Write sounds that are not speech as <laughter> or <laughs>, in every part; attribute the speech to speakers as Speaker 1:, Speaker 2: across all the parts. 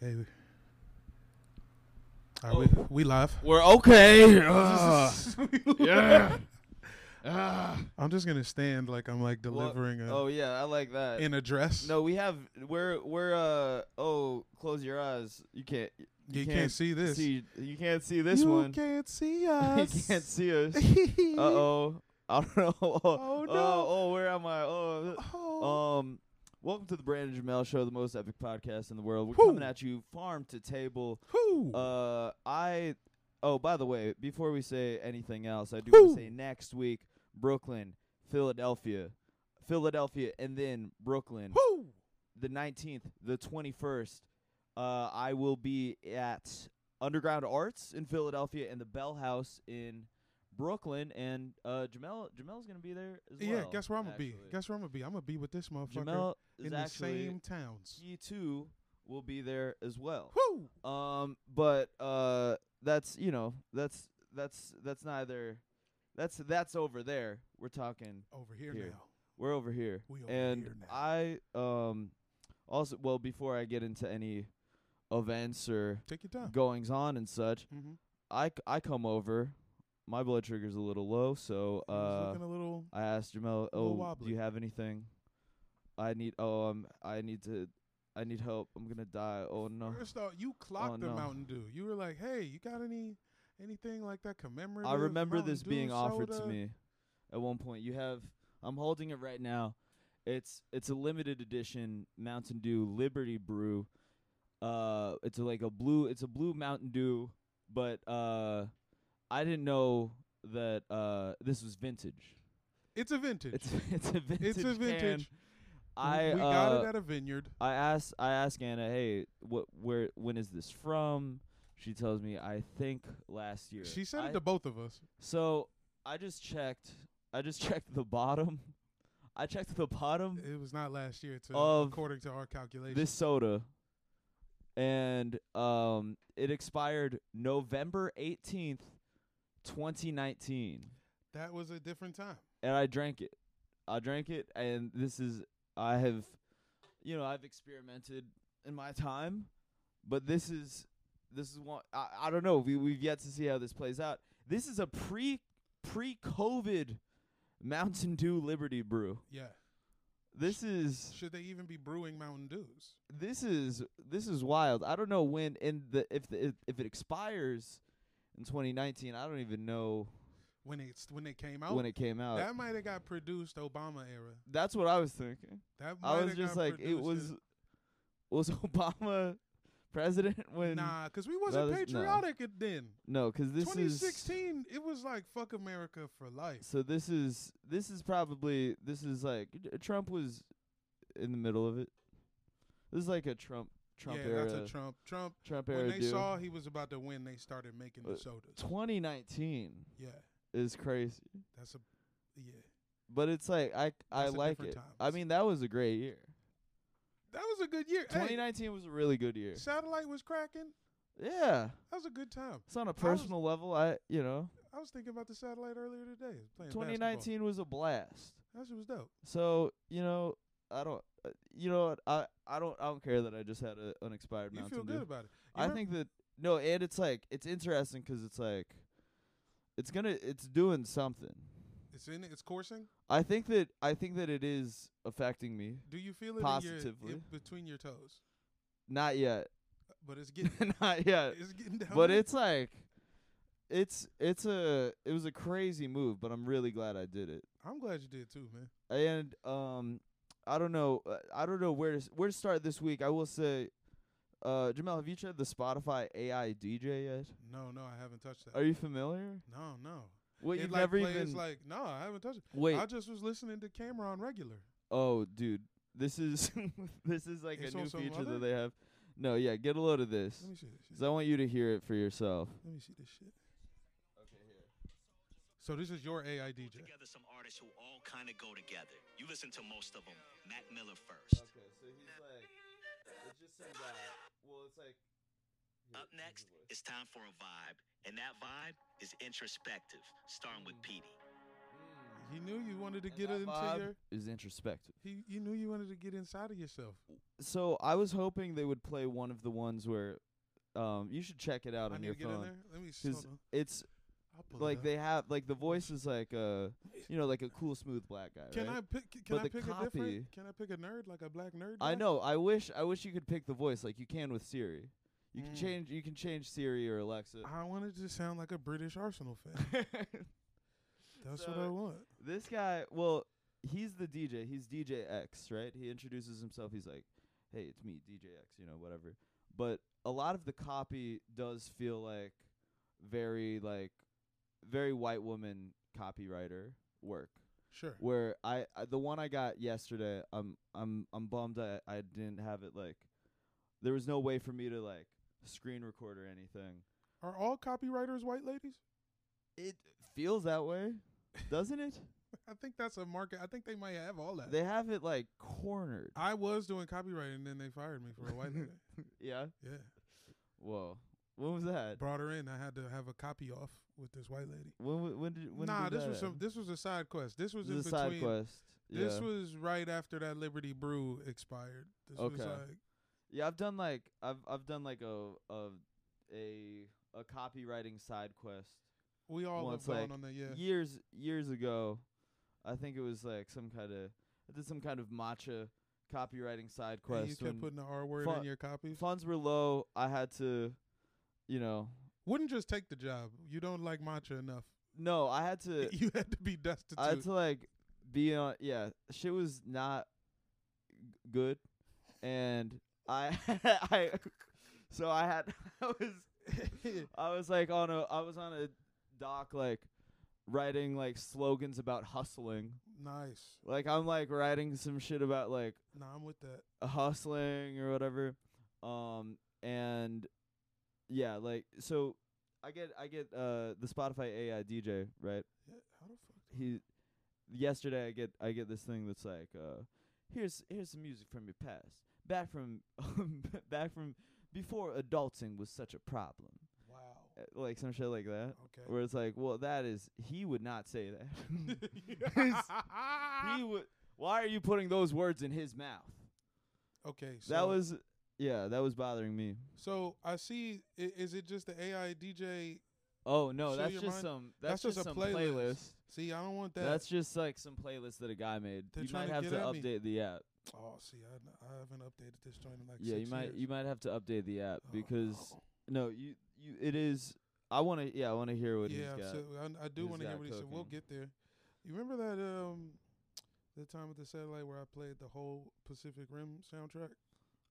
Speaker 1: Hey. we- All right,
Speaker 2: Oh.
Speaker 1: we, we
Speaker 2: <laughs>
Speaker 1: live.
Speaker 2: We're <laughs> okay.
Speaker 1: <laughs>
Speaker 2: Ah, yeah. Ah.
Speaker 1: I'm just gonna stand like I'm like
Speaker 2: Well,
Speaker 1: delivering a,
Speaker 2: Oh yeah, I like that.
Speaker 1: an address.
Speaker 2: no, we have we're we're uh oh, close your eyes. You can't you,
Speaker 1: you, can't, see this.
Speaker 2: see- you can't see this
Speaker 1: you
Speaker 2: one.
Speaker 1: can't see
Speaker 2: <laughs> you
Speaker 1: us. <laughs>
Speaker 2: can't see us.
Speaker 1: see.
Speaker 2: Uh oh. I don't know. <laughs> Oh,
Speaker 1: Oh, no.
Speaker 2: Oh, oh, where am I? Oh.
Speaker 1: Oh.
Speaker 2: Um welcome to the Brandon Jamel show, the most epic podcast in the world. We're
Speaker 1: Whew.
Speaker 2: coming at you farm to table.
Speaker 1: Who?
Speaker 2: Uh, I. Oh, by the way, before we say anything else, I do
Speaker 1: Whew.
Speaker 2: want to say next week, Brooklyn, Philadelphia, Philadelphia, and then Brooklyn,
Speaker 1: Who?
Speaker 2: the nineteenth, the twenty-first. Uh, I will be at Underground Arts in Philadelphia and the Bell House in Brooklyn, and uh, Jamel Jamel's gonna be there as well.
Speaker 1: yeah, guess where I'm gonna be.
Speaker 2: actually.
Speaker 1: Guess where I'm gonna be. I'm gonna be with this motherfucker
Speaker 2: Jamel is
Speaker 1: in the
Speaker 2: actually
Speaker 1: same towns.
Speaker 2: he too will be there as well.
Speaker 1: Who?
Speaker 2: Um, but uh, that's you know that's that's that's neither. That's that's over there. We're talking.
Speaker 1: Over here,
Speaker 2: Here.
Speaker 1: now.
Speaker 2: We're over here.
Speaker 1: We over
Speaker 2: and
Speaker 1: here now.
Speaker 2: I um also well before I get into any events or
Speaker 1: Take your time.
Speaker 2: goings on and such,
Speaker 1: Mm-hmm.
Speaker 2: I c- I come over. My blood sugar's a little low, so uh,
Speaker 1: looking a little.
Speaker 2: I asked Jamel,
Speaker 1: little
Speaker 2: "Oh, do
Speaker 1: wobbly.
Speaker 2: you have anything? I need. Oh, um, I need to. I need help. I'm gonna die. Oh no."
Speaker 1: First off, you clocked the
Speaker 2: no.
Speaker 1: Mountain Dew. You were like, "Hey, you got any anything like that commemorative?"
Speaker 2: I remember
Speaker 1: Mountain
Speaker 2: this
Speaker 1: Dew
Speaker 2: being offered to
Speaker 1: soda?"
Speaker 2: me at one point. You have I'm holding it right now. It's it's a limited edition Mountain Dew Liberty Brew. Uh it's like a blue it's a blue Mountain Dew, but uh I didn't know that uh this was vintage.
Speaker 1: It's a vintage.
Speaker 2: It's <laughs> it's a
Speaker 1: <laughs>
Speaker 2: vintage.
Speaker 1: It's a
Speaker 2: can.
Speaker 1: vintage.
Speaker 2: I
Speaker 1: we got
Speaker 2: uh,
Speaker 1: it at a vineyard.
Speaker 2: I asked I asked Anna, "Hey, what where when is this from?" She tells me, "I think last year."
Speaker 1: She said
Speaker 2: I
Speaker 1: it to both of us.
Speaker 2: So I just checked. I just <laughs> checked the bottom. I checked the bottom
Speaker 1: It was not last year, to
Speaker 2: Of
Speaker 1: according to our calculations.
Speaker 2: this soda, and um, it expired November eighteenth, twenty nineteen,
Speaker 1: that was a different time.
Speaker 2: and I drank it. I drank it, and this is I have, you know, I've experimented in my time, but this is this is one I, I don't know. We we've yet to see how this plays out. This is a pre pre COVID Mountain Dew Liberty Brew.
Speaker 1: Yeah.
Speaker 2: This is
Speaker 1: Should they even be brewing Mountain Dews?
Speaker 2: this is this is wild. I don't know when in the if the, if, if it expires in 2019. I don't even know
Speaker 1: When it's when they came out,
Speaker 2: when it came out.
Speaker 1: that might have got produced Obama era.
Speaker 2: That's what I was thinking.
Speaker 1: That might
Speaker 2: I was
Speaker 1: have
Speaker 2: just
Speaker 1: got
Speaker 2: like, it
Speaker 1: produced
Speaker 2: was
Speaker 1: in-
Speaker 2: was <laughs> Obama president when
Speaker 1: nah, because we wasn't
Speaker 2: that is- no.
Speaker 1: patriotic at then.
Speaker 2: no, 'cause this is
Speaker 1: 2016, it was like fuck America for life.
Speaker 2: so this is this is probably this is like Trump was in the middle of it. This is like a Trump Trump
Speaker 1: yeah,
Speaker 2: era
Speaker 1: that's a Trump. Trump.
Speaker 2: Trump era
Speaker 1: When they
Speaker 2: deal.
Speaker 1: saw he was about to win, they started making the
Speaker 2: Uh,
Speaker 1: sodas.
Speaker 2: 2019
Speaker 1: Yeah,
Speaker 2: is crazy.
Speaker 1: that's a yeah.
Speaker 2: But it's like I I
Speaker 1: That's a
Speaker 2: like it.
Speaker 1: different
Speaker 2: I
Speaker 1: times.
Speaker 2: mean that was a great year.
Speaker 1: That was a good year. Hey,
Speaker 2: 2019 was a really good year.
Speaker 1: satellite was cracking.
Speaker 2: Yeah,
Speaker 1: That was a good time.
Speaker 2: it's on a personal level. I you know
Speaker 1: I was thinking about the satellite earlier today. Playing 2019.
Speaker 2: 2019 was a blast.
Speaker 1: That shit was dope.
Speaker 2: So you know I don't uh, you know what, I I don't I don't care that I just had a, an expired
Speaker 1: You
Speaker 2: Mountain
Speaker 1: feel
Speaker 2: Dew.
Speaker 1: good about it. You
Speaker 2: I
Speaker 1: remember-
Speaker 2: think that no, and it's like it's interesting 'cause it's like it's gonna it's doing something.
Speaker 1: it's in. It's coursing.
Speaker 2: I think that I think that it is affecting me.
Speaker 1: Do you feel it in
Speaker 2: Positively.
Speaker 1: your, in between your toes?
Speaker 2: Not yet,
Speaker 1: But it's getting.
Speaker 2: <laughs> not yet.
Speaker 1: it's getting down.
Speaker 2: but
Speaker 1: there.
Speaker 2: it's like it's it's a it was a crazy move but i'm really glad i did it
Speaker 1: I'm glad you did too, man.
Speaker 2: and um i don't know uh, i don't know where to s where to start this week i will say uh jamel have you tried the spotify ai dj yet
Speaker 1: No, no, I haven't touched that.
Speaker 2: are you familiar
Speaker 1: no, no.
Speaker 2: well
Speaker 1: It
Speaker 2: you've
Speaker 1: like
Speaker 2: never
Speaker 1: play-
Speaker 2: even
Speaker 1: It's like no, I haven't touched it.
Speaker 2: wait
Speaker 1: I just was listening to Cameron regular.
Speaker 2: oh dude this is <laughs> this is like
Speaker 1: It's
Speaker 2: a new
Speaker 1: on some
Speaker 2: feature
Speaker 1: other?
Speaker 2: that they have no yeah get a load of this
Speaker 1: Let me see this. Shit.
Speaker 2: 'cause i want you to hear it for yourself
Speaker 1: Let me see this shit. So this is your AI DJ.
Speaker 3: together some artists who all kind of go together. You listen to most of them. Mac Miller first.
Speaker 2: Okay, so he's like, it's just some guy. Well, it's like. here, here's
Speaker 3: Up
Speaker 2: the
Speaker 3: next,
Speaker 2: voice.
Speaker 3: it's time for a vibe, and that vibe is introspective, starting with Petey.
Speaker 2: Mm.
Speaker 1: He knew you wanted to
Speaker 2: And
Speaker 1: get
Speaker 2: that
Speaker 1: into your.
Speaker 2: vibe is introspective.
Speaker 1: He, you knew you wanted to get inside of yourself.
Speaker 2: So I was hoping they would play one of the ones where, um, you should check it out
Speaker 1: I
Speaker 2: on
Speaker 1: need to
Speaker 2: your
Speaker 1: get in
Speaker 2: phone.
Speaker 1: there. Let me. s-
Speaker 2: 'Cause
Speaker 1: Hold on.
Speaker 2: It's
Speaker 1: I'll pull it
Speaker 2: like
Speaker 1: up.
Speaker 2: they have like the voice is like a you know like a cool smooth black guy.
Speaker 1: Can
Speaker 2: right?
Speaker 1: I pick? Can
Speaker 2: But
Speaker 1: I
Speaker 2: the
Speaker 1: pick a
Speaker 2: copy-
Speaker 1: different? Can I pick a nerd like a black nerd?
Speaker 2: I
Speaker 1: guy?
Speaker 2: know. I wish. I wish you could pick the voice like you can with Siri. You can
Speaker 1: Mm.
Speaker 2: change. You can change Siri or Alexa.
Speaker 1: I wanted to sound like a British Arsenal
Speaker 2: <laughs>
Speaker 1: fan. That's what I
Speaker 2: So-
Speaker 1: want.
Speaker 2: this guy. Well, he's the DJ. He's DJ X, right? He introduces himself. He's like, "Hey, it's me, DJ X." You know, whatever. But a lot of the copy does feel like very like very white woman copywriter work.
Speaker 1: Sure.
Speaker 2: where I, I the one I got yesterday, I'm I'm I'm bummed I I didn't have it like there was no way for me to like screen record or anything.
Speaker 1: Are all copywriters white ladies? <laughs>
Speaker 2: It feels that way, doesn't it?
Speaker 1: I think that's a market. I think they might have all that.
Speaker 2: They have it like cornered.
Speaker 1: I was doing copywriting, and then they fired me for a white
Speaker 2: <laughs>
Speaker 1: lady.
Speaker 2: Yeah.
Speaker 1: Yeah,
Speaker 2: Whoa. When was that?
Speaker 1: brought her in. I had to have a copy off with this white lady.
Speaker 2: When w- when did when
Speaker 1: nah,
Speaker 2: did
Speaker 1: this
Speaker 2: that
Speaker 1: was some.
Speaker 2: happen?
Speaker 1: This was a side quest. This was
Speaker 2: This
Speaker 1: in
Speaker 2: is a
Speaker 1: between.
Speaker 2: side quest.
Speaker 1: This
Speaker 2: yeah.
Speaker 1: was right after that Liberty Brew expired. This was
Speaker 2: Okay.
Speaker 1: like
Speaker 2: Yeah, I've done like I've I've done like a a a a copywriting side quest
Speaker 1: we all
Speaker 2: Well,
Speaker 1: have
Speaker 2: it's
Speaker 1: gone
Speaker 2: like
Speaker 1: on that. Yeah,
Speaker 2: years years ago, I think it was like some kind of I did some kind of matcha copywriting side
Speaker 1: and you
Speaker 2: quest.
Speaker 1: kept
Speaker 2: When
Speaker 1: putting the R word
Speaker 2: fu-
Speaker 1: in your copy.
Speaker 2: funds were low, I had to, you know,
Speaker 1: Wouldn't just take the job. You don't like matcha enough.
Speaker 2: no, I had to,
Speaker 1: <laughs> you had to be destitute.
Speaker 2: I had to like be on. Yeah, shit was not g- good, and I <laughs> I so I had <laughs> I was I was like on a I was on a doc like writing like slogans about hustling
Speaker 1: nice.
Speaker 2: Like I'm like writing some shit about like
Speaker 1: Nah, I'm with that.
Speaker 2: hustling or whatever. Um and yeah, like so I get I get uh the Spotify AI DJ, right?
Speaker 1: Yeah, how the fuck?
Speaker 2: He yesterday I get I get this thing that's like uh here's here's some music from your past. Back from <laughs> back from before adulting was such a problem.
Speaker 1: Wow.
Speaker 2: Uh, Like some shit like that.
Speaker 1: Okay.
Speaker 2: Where it's like, well that is he would not say that. <laughs> It's-
Speaker 1: <laughs>
Speaker 2: he would why are you putting those words in his mouth?
Speaker 1: okay. So,
Speaker 2: that was yeah, that was bothering me.
Speaker 1: So I see. i- Is it just the AI DJ?
Speaker 2: Oh no,
Speaker 1: So
Speaker 2: that's
Speaker 1: your
Speaker 2: just
Speaker 1: mind-
Speaker 2: some
Speaker 1: that's
Speaker 2: that's,
Speaker 1: just
Speaker 2: just,
Speaker 1: a
Speaker 2: some
Speaker 1: playlist.
Speaker 2: playlist.
Speaker 1: See, I don't want that.
Speaker 2: That's just like some playlist that a guy made.
Speaker 1: They're
Speaker 2: you
Speaker 1: trying
Speaker 2: might
Speaker 1: to
Speaker 2: have
Speaker 1: get
Speaker 2: to
Speaker 1: at me.
Speaker 2: update the app.
Speaker 1: oh, see, I, n- I haven't updated this joint in like
Speaker 2: yeah,
Speaker 1: six
Speaker 2: you might
Speaker 1: years.
Speaker 2: you might have to update the app
Speaker 1: Oh,
Speaker 2: because
Speaker 1: no.
Speaker 2: no, you you it is I want to yeah, I want to hear what
Speaker 1: yeah,
Speaker 2: he's got.
Speaker 1: so I, I do
Speaker 2: he's
Speaker 1: want to hear
Speaker 2: got
Speaker 1: what he said. We'll
Speaker 2: cooking.
Speaker 1: get there. You remember that um, the time at the satellite where I played the whole Pacific Rim soundtrack?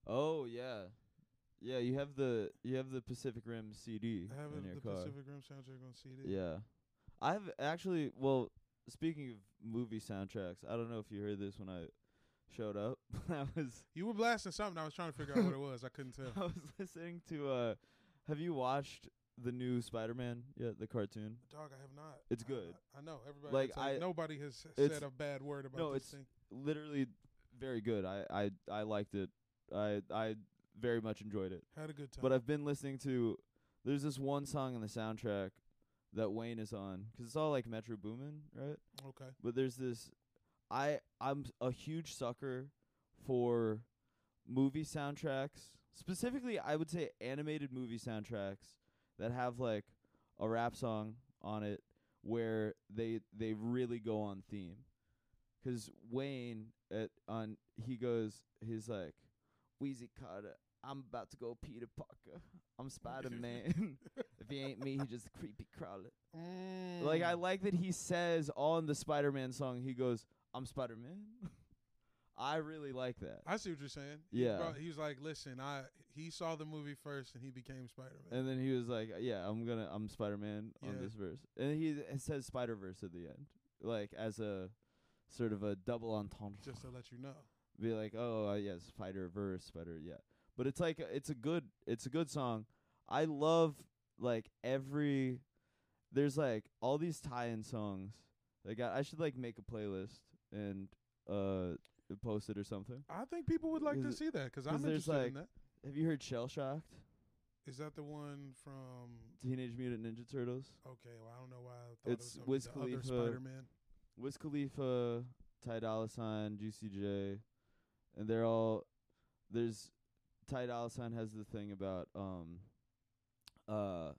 Speaker 2: oh yeah. Yeah, you have the you have the Pacific Rim CD
Speaker 1: I have
Speaker 2: in your
Speaker 1: it, the
Speaker 2: car.
Speaker 1: Pacific Rim soundtrack on CD.
Speaker 2: Yeah. I've actually, well, speaking of movie soundtracks, I don't know if you heard this when I showed up. <laughs> I was
Speaker 1: You were blasting something. I was trying to figure out what it was. I couldn't
Speaker 2: <laughs>
Speaker 1: tell.
Speaker 2: I was listening to uh have you watched the new Spider-Man yet, the cartoon?
Speaker 1: Dog, I have not.
Speaker 2: It's
Speaker 1: I-
Speaker 2: good.
Speaker 1: I, I know everybody.
Speaker 2: Like,
Speaker 1: Like I,
Speaker 2: I-
Speaker 1: nobody has s-
Speaker 2: it's-
Speaker 1: said a bad word about
Speaker 2: no,
Speaker 1: this
Speaker 2: it's-
Speaker 1: thing.
Speaker 2: Literally very good. I I I liked it. I I very much enjoyed it.
Speaker 1: Had a good time.
Speaker 2: But I've been listening to there's this one song in the soundtrack that Wayne is on, 'cause it's all like Metro Boomin, right?
Speaker 1: okay.
Speaker 2: but there's this i i'm a huge sucker for movie soundtracks specifically i would say animated movie soundtracks that have like a rap song on it where they they really go on theme. 'Cause wayne at on he goes he's like Wheezy Carter, I'm about to go Peter Parker. I'm Spider Man. if he ain't me, he just a creepy crawler. Like I
Speaker 1: Mm.
Speaker 2: like that he says on the Spider-Man song, he goes, "I'm Spider-Man." <laughs> I really like that.
Speaker 1: I see what you're saying.
Speaker 2: Yeah.
Speaker 1: Bro, he was like, listen, I he saw the movie first and he became Spider Man.
Speaker 2: And then he was like, "Uh, "Yeah, I'm gonna, I'm Spider-Man on
Speaker 1: Yeah.
Speaker 2: this verse," and he th- says Spider-Verse at the end, like as a sort of a double entendre.
Speaker 1: Just to let you know.
Speaker 2: Be like, "Oh, uh, yeah, Spider-Verse, Spider, yeah." But it's like it's a good, it's a good song. I love like every. There's like all these tie-in songs. Like I, I should like make a playlist and uh post it or something.
Speaker 1: I think people would like to
Speaker 2: Is it-
Speaker 1: see that because I'm
Speaker 2: 'cause there's
Speaker 1: interested in
Speaker 2: like-
Speaker 1: that.
Speaker 2: Have you heard Shell Shocked?
Speaker 1: Is that the one from?
Speaker 2: Teenage Mutant Ninja Turtles.
Speaker 1: Okay, well I don't know why I thought
Speaker 2: It's
Speaker 1: it was
Speaker 2: Wiz
Speaker 1: something with the other
Speaker 2: Khalifa.
Speaker 1: Spider Man.
Speaker 2: Wiz Khalifa, Ty Dolla Sign, Juicy J, and they're all there's Ty Dolla Sign has the thing about um uh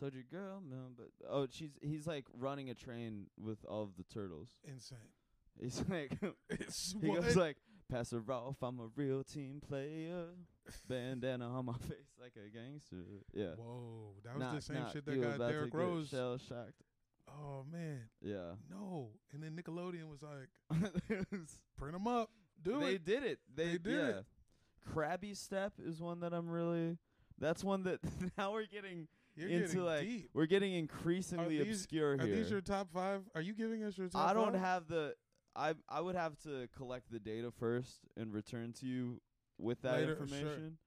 Speaker 2: told your girl no but oh she's he's like running a train with all of the turtles.
Speaker 1: Insane. <laughs>
Speaker 2: He's <laughs> like
Speaker 1: It's
Speaker 2: he
Speaker 1: what?
Speaker 2: goes like Pastor Rolf, I'm a real team player. Bandana on my <laughs> face like a gangster. Yeah.
Speaker 1: Whoa, that was the
Speaker 2: Knock,
Speaker 1: same
Speaker 2: knock,
Speaker 1: shit that
Speaker 2: you
Speaker 1: got
Speaker 2: about to
Speaker 1: Derrick
Speaker 2: get
Speaker 1: Rose.
Speaker 2: shell-shocked.
Speaker 1: Oh man,
Speaker 2: Yeah. <laughs>
Speaker 1: no. And then Nickelodeon was like,
Speaker 2: It was-
Speaker 1: print them up, do
Speaker 2: they
Speaker 1: it.
Speaker 2: did it. They,
Speaker 1: They did it.
Speaker 2: yeah. Krabby Step is one that I'm really. That's one that <laughs> now we're getting
Speaker 1: You're
Speaker 2: into
Speaker 1: getting
Speaker 2: like
Speaker 1: deep.
Speaker 2: we're getting increasingly
Speaker 1: these-
Speaker 2: obscure
Speaker 1: Are
Speaker 2: here.
Speaker 1: these your top five? Are you giving us your top?
Speaker 2: I don't
Speaker 1: five?
Speaker 2: have the. I I would have to collect the data first and return to you with that
Speaker 1: Later, sure.
Speaker 2: information.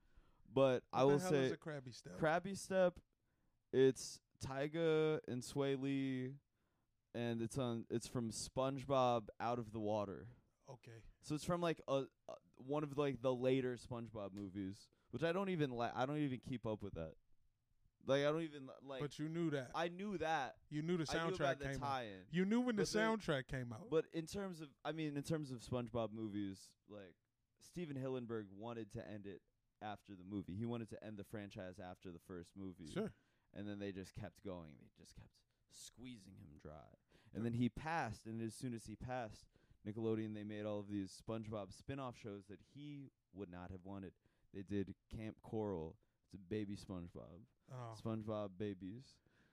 Speaker 2: But I
Speaker 1: What
Speaker 2: will
Speaker 1: the hell
Speaker 2: say
Speaker 1: is a crabby step.
Speaker 2: Krabby Step, it's Tyga and Sway Lee, and it's on. It's from SpongeBob Out of the Water.
Speaker 1: okay,
Speaker 2: So it's from like a, a one of like the later SpongeBob movies, which I don't even like. I don't even keep up with that. Like I don't even li- like.
Speaker 1: but you knew that.
Speaker 2: I knew that.
Speaker 1: you knew the
Speaker 2: I knew
Speaker 1: soundtrack
Speaker 2: about the
Speaker 1: came out.
Speaker 2: tie-in.
Speaker 1: You knew when the
Speaker 2: But the-
Speaker 1: soundtrack came out.
Speaker 2: But in terms of, I mean, in terms of SpongeBob movies, like Steven Hillenburg wanted to end it after the movie. He wanted to end the franchise after the first movie.
Speaker 1: sure,
Speaker 2: And then they just kept going. They just kept squeezing him dry. And then he passed. And as soon as he passed, Nickelodeon they made all of these SpongeBob spin-off shows that he would not have wanted. They did Camp Coral. It's a baby SpongeBob.
Speaker 1: oh,
Speaker 2: SpongeBob babies.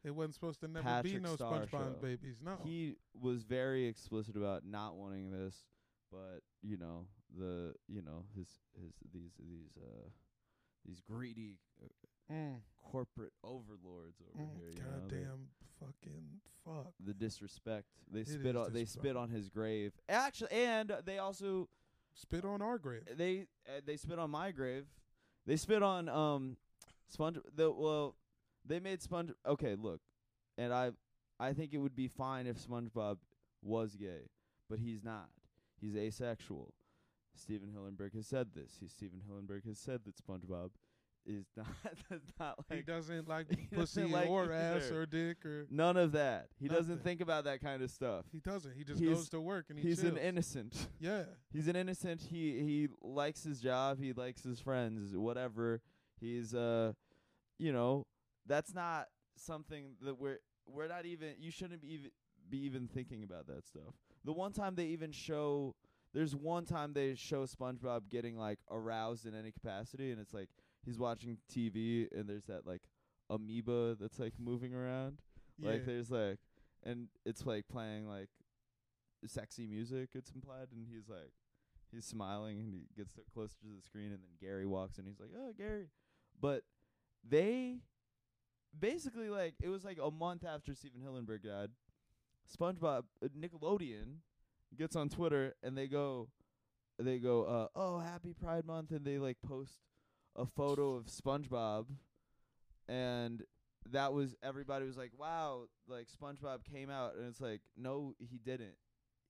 Speaker 1: it wasn't supposed to never be
Speaker 2: Patrick
Speaker 1: no
Speaker 2: Star
Speaker 1: SpongeBob
Speaker 2: show.
Speaker 1: babies. No,
Speaker 2: he was very explicit about not wanting this, but you know the you know his his these these uh these greedy uh,
Speaker 1: mm,
Speaker 2: corporate overlords over
Speaker 1: mm,
Speaker 2: here. you know, they-
Speaker 1: goddamn fucking fuck.
Speaker 2: the disrespect they
Speaker 1: It
Speaker 2: spit
Speaker 1: is
Speaker 2: on they spit
Speaker 1: disrespect.
Speaker 2: on his grave. Actually, and they also
Speaker 1: Spit on our grave.
Speaker 2: they uh, they spit on my grave. They spit on um sponge the well they made sponge okay look and I I think it would be fine if SpongeBob was gay but he's not he's asexual Steven Hillenburg has said this he Steven Hillenburg has said that SpongeBob is <laughs> not does not
Speaker 1: He
Speaker 2: like
Speaker 1: doesn't like
Speaker 2: <laughs> he doesn't
Speaker 1: pussy
Speaker 2: like
Speaker 1: or ass
Speaker 2: either.
Speaker 1: or dick or
Speaker 2: none of that he doesn't
Speaker 1: Nothing.
Speaker 2: think about that kind of stuff
Speaker 1: he doesn't. He just
Speaker 2: He's-
Speaker 1: goes to work and he
Speaker 2: he's an
Speaker 1: chills.
Speaker 2: innocent
Speaker 1: yeah.
Speaker 2: He's an innocent. He he likes his job. He likes his friends. Whatever. He's uh, you know, that's not something that we're we're not even. You shouldn't be even be even thinking about that stuff. The one time they even show, there's one time they show SpongeBob getting like aroused in any capacity, and it's like he's watching TV, and there's that like amoeba that's like moving around. Like
Speaker 1: yeah.
Speaker 2: there's like, and it's like playing like sexy music. It's implied, and he's like, he's smiling, and he gets so close to the screen, and then Gary walks, and he's like, oh Gary, but they basically like it was like a month after Steven Hillenburg died, SpongeBob uh, Nickelodeon gets on Twitter and they go, they go, uh, oh Happy Pride Month, and they like post a photo of SpongeBob, and that was everybody was like, wow, like SpongeBob came out, and it's like, no, he didn't,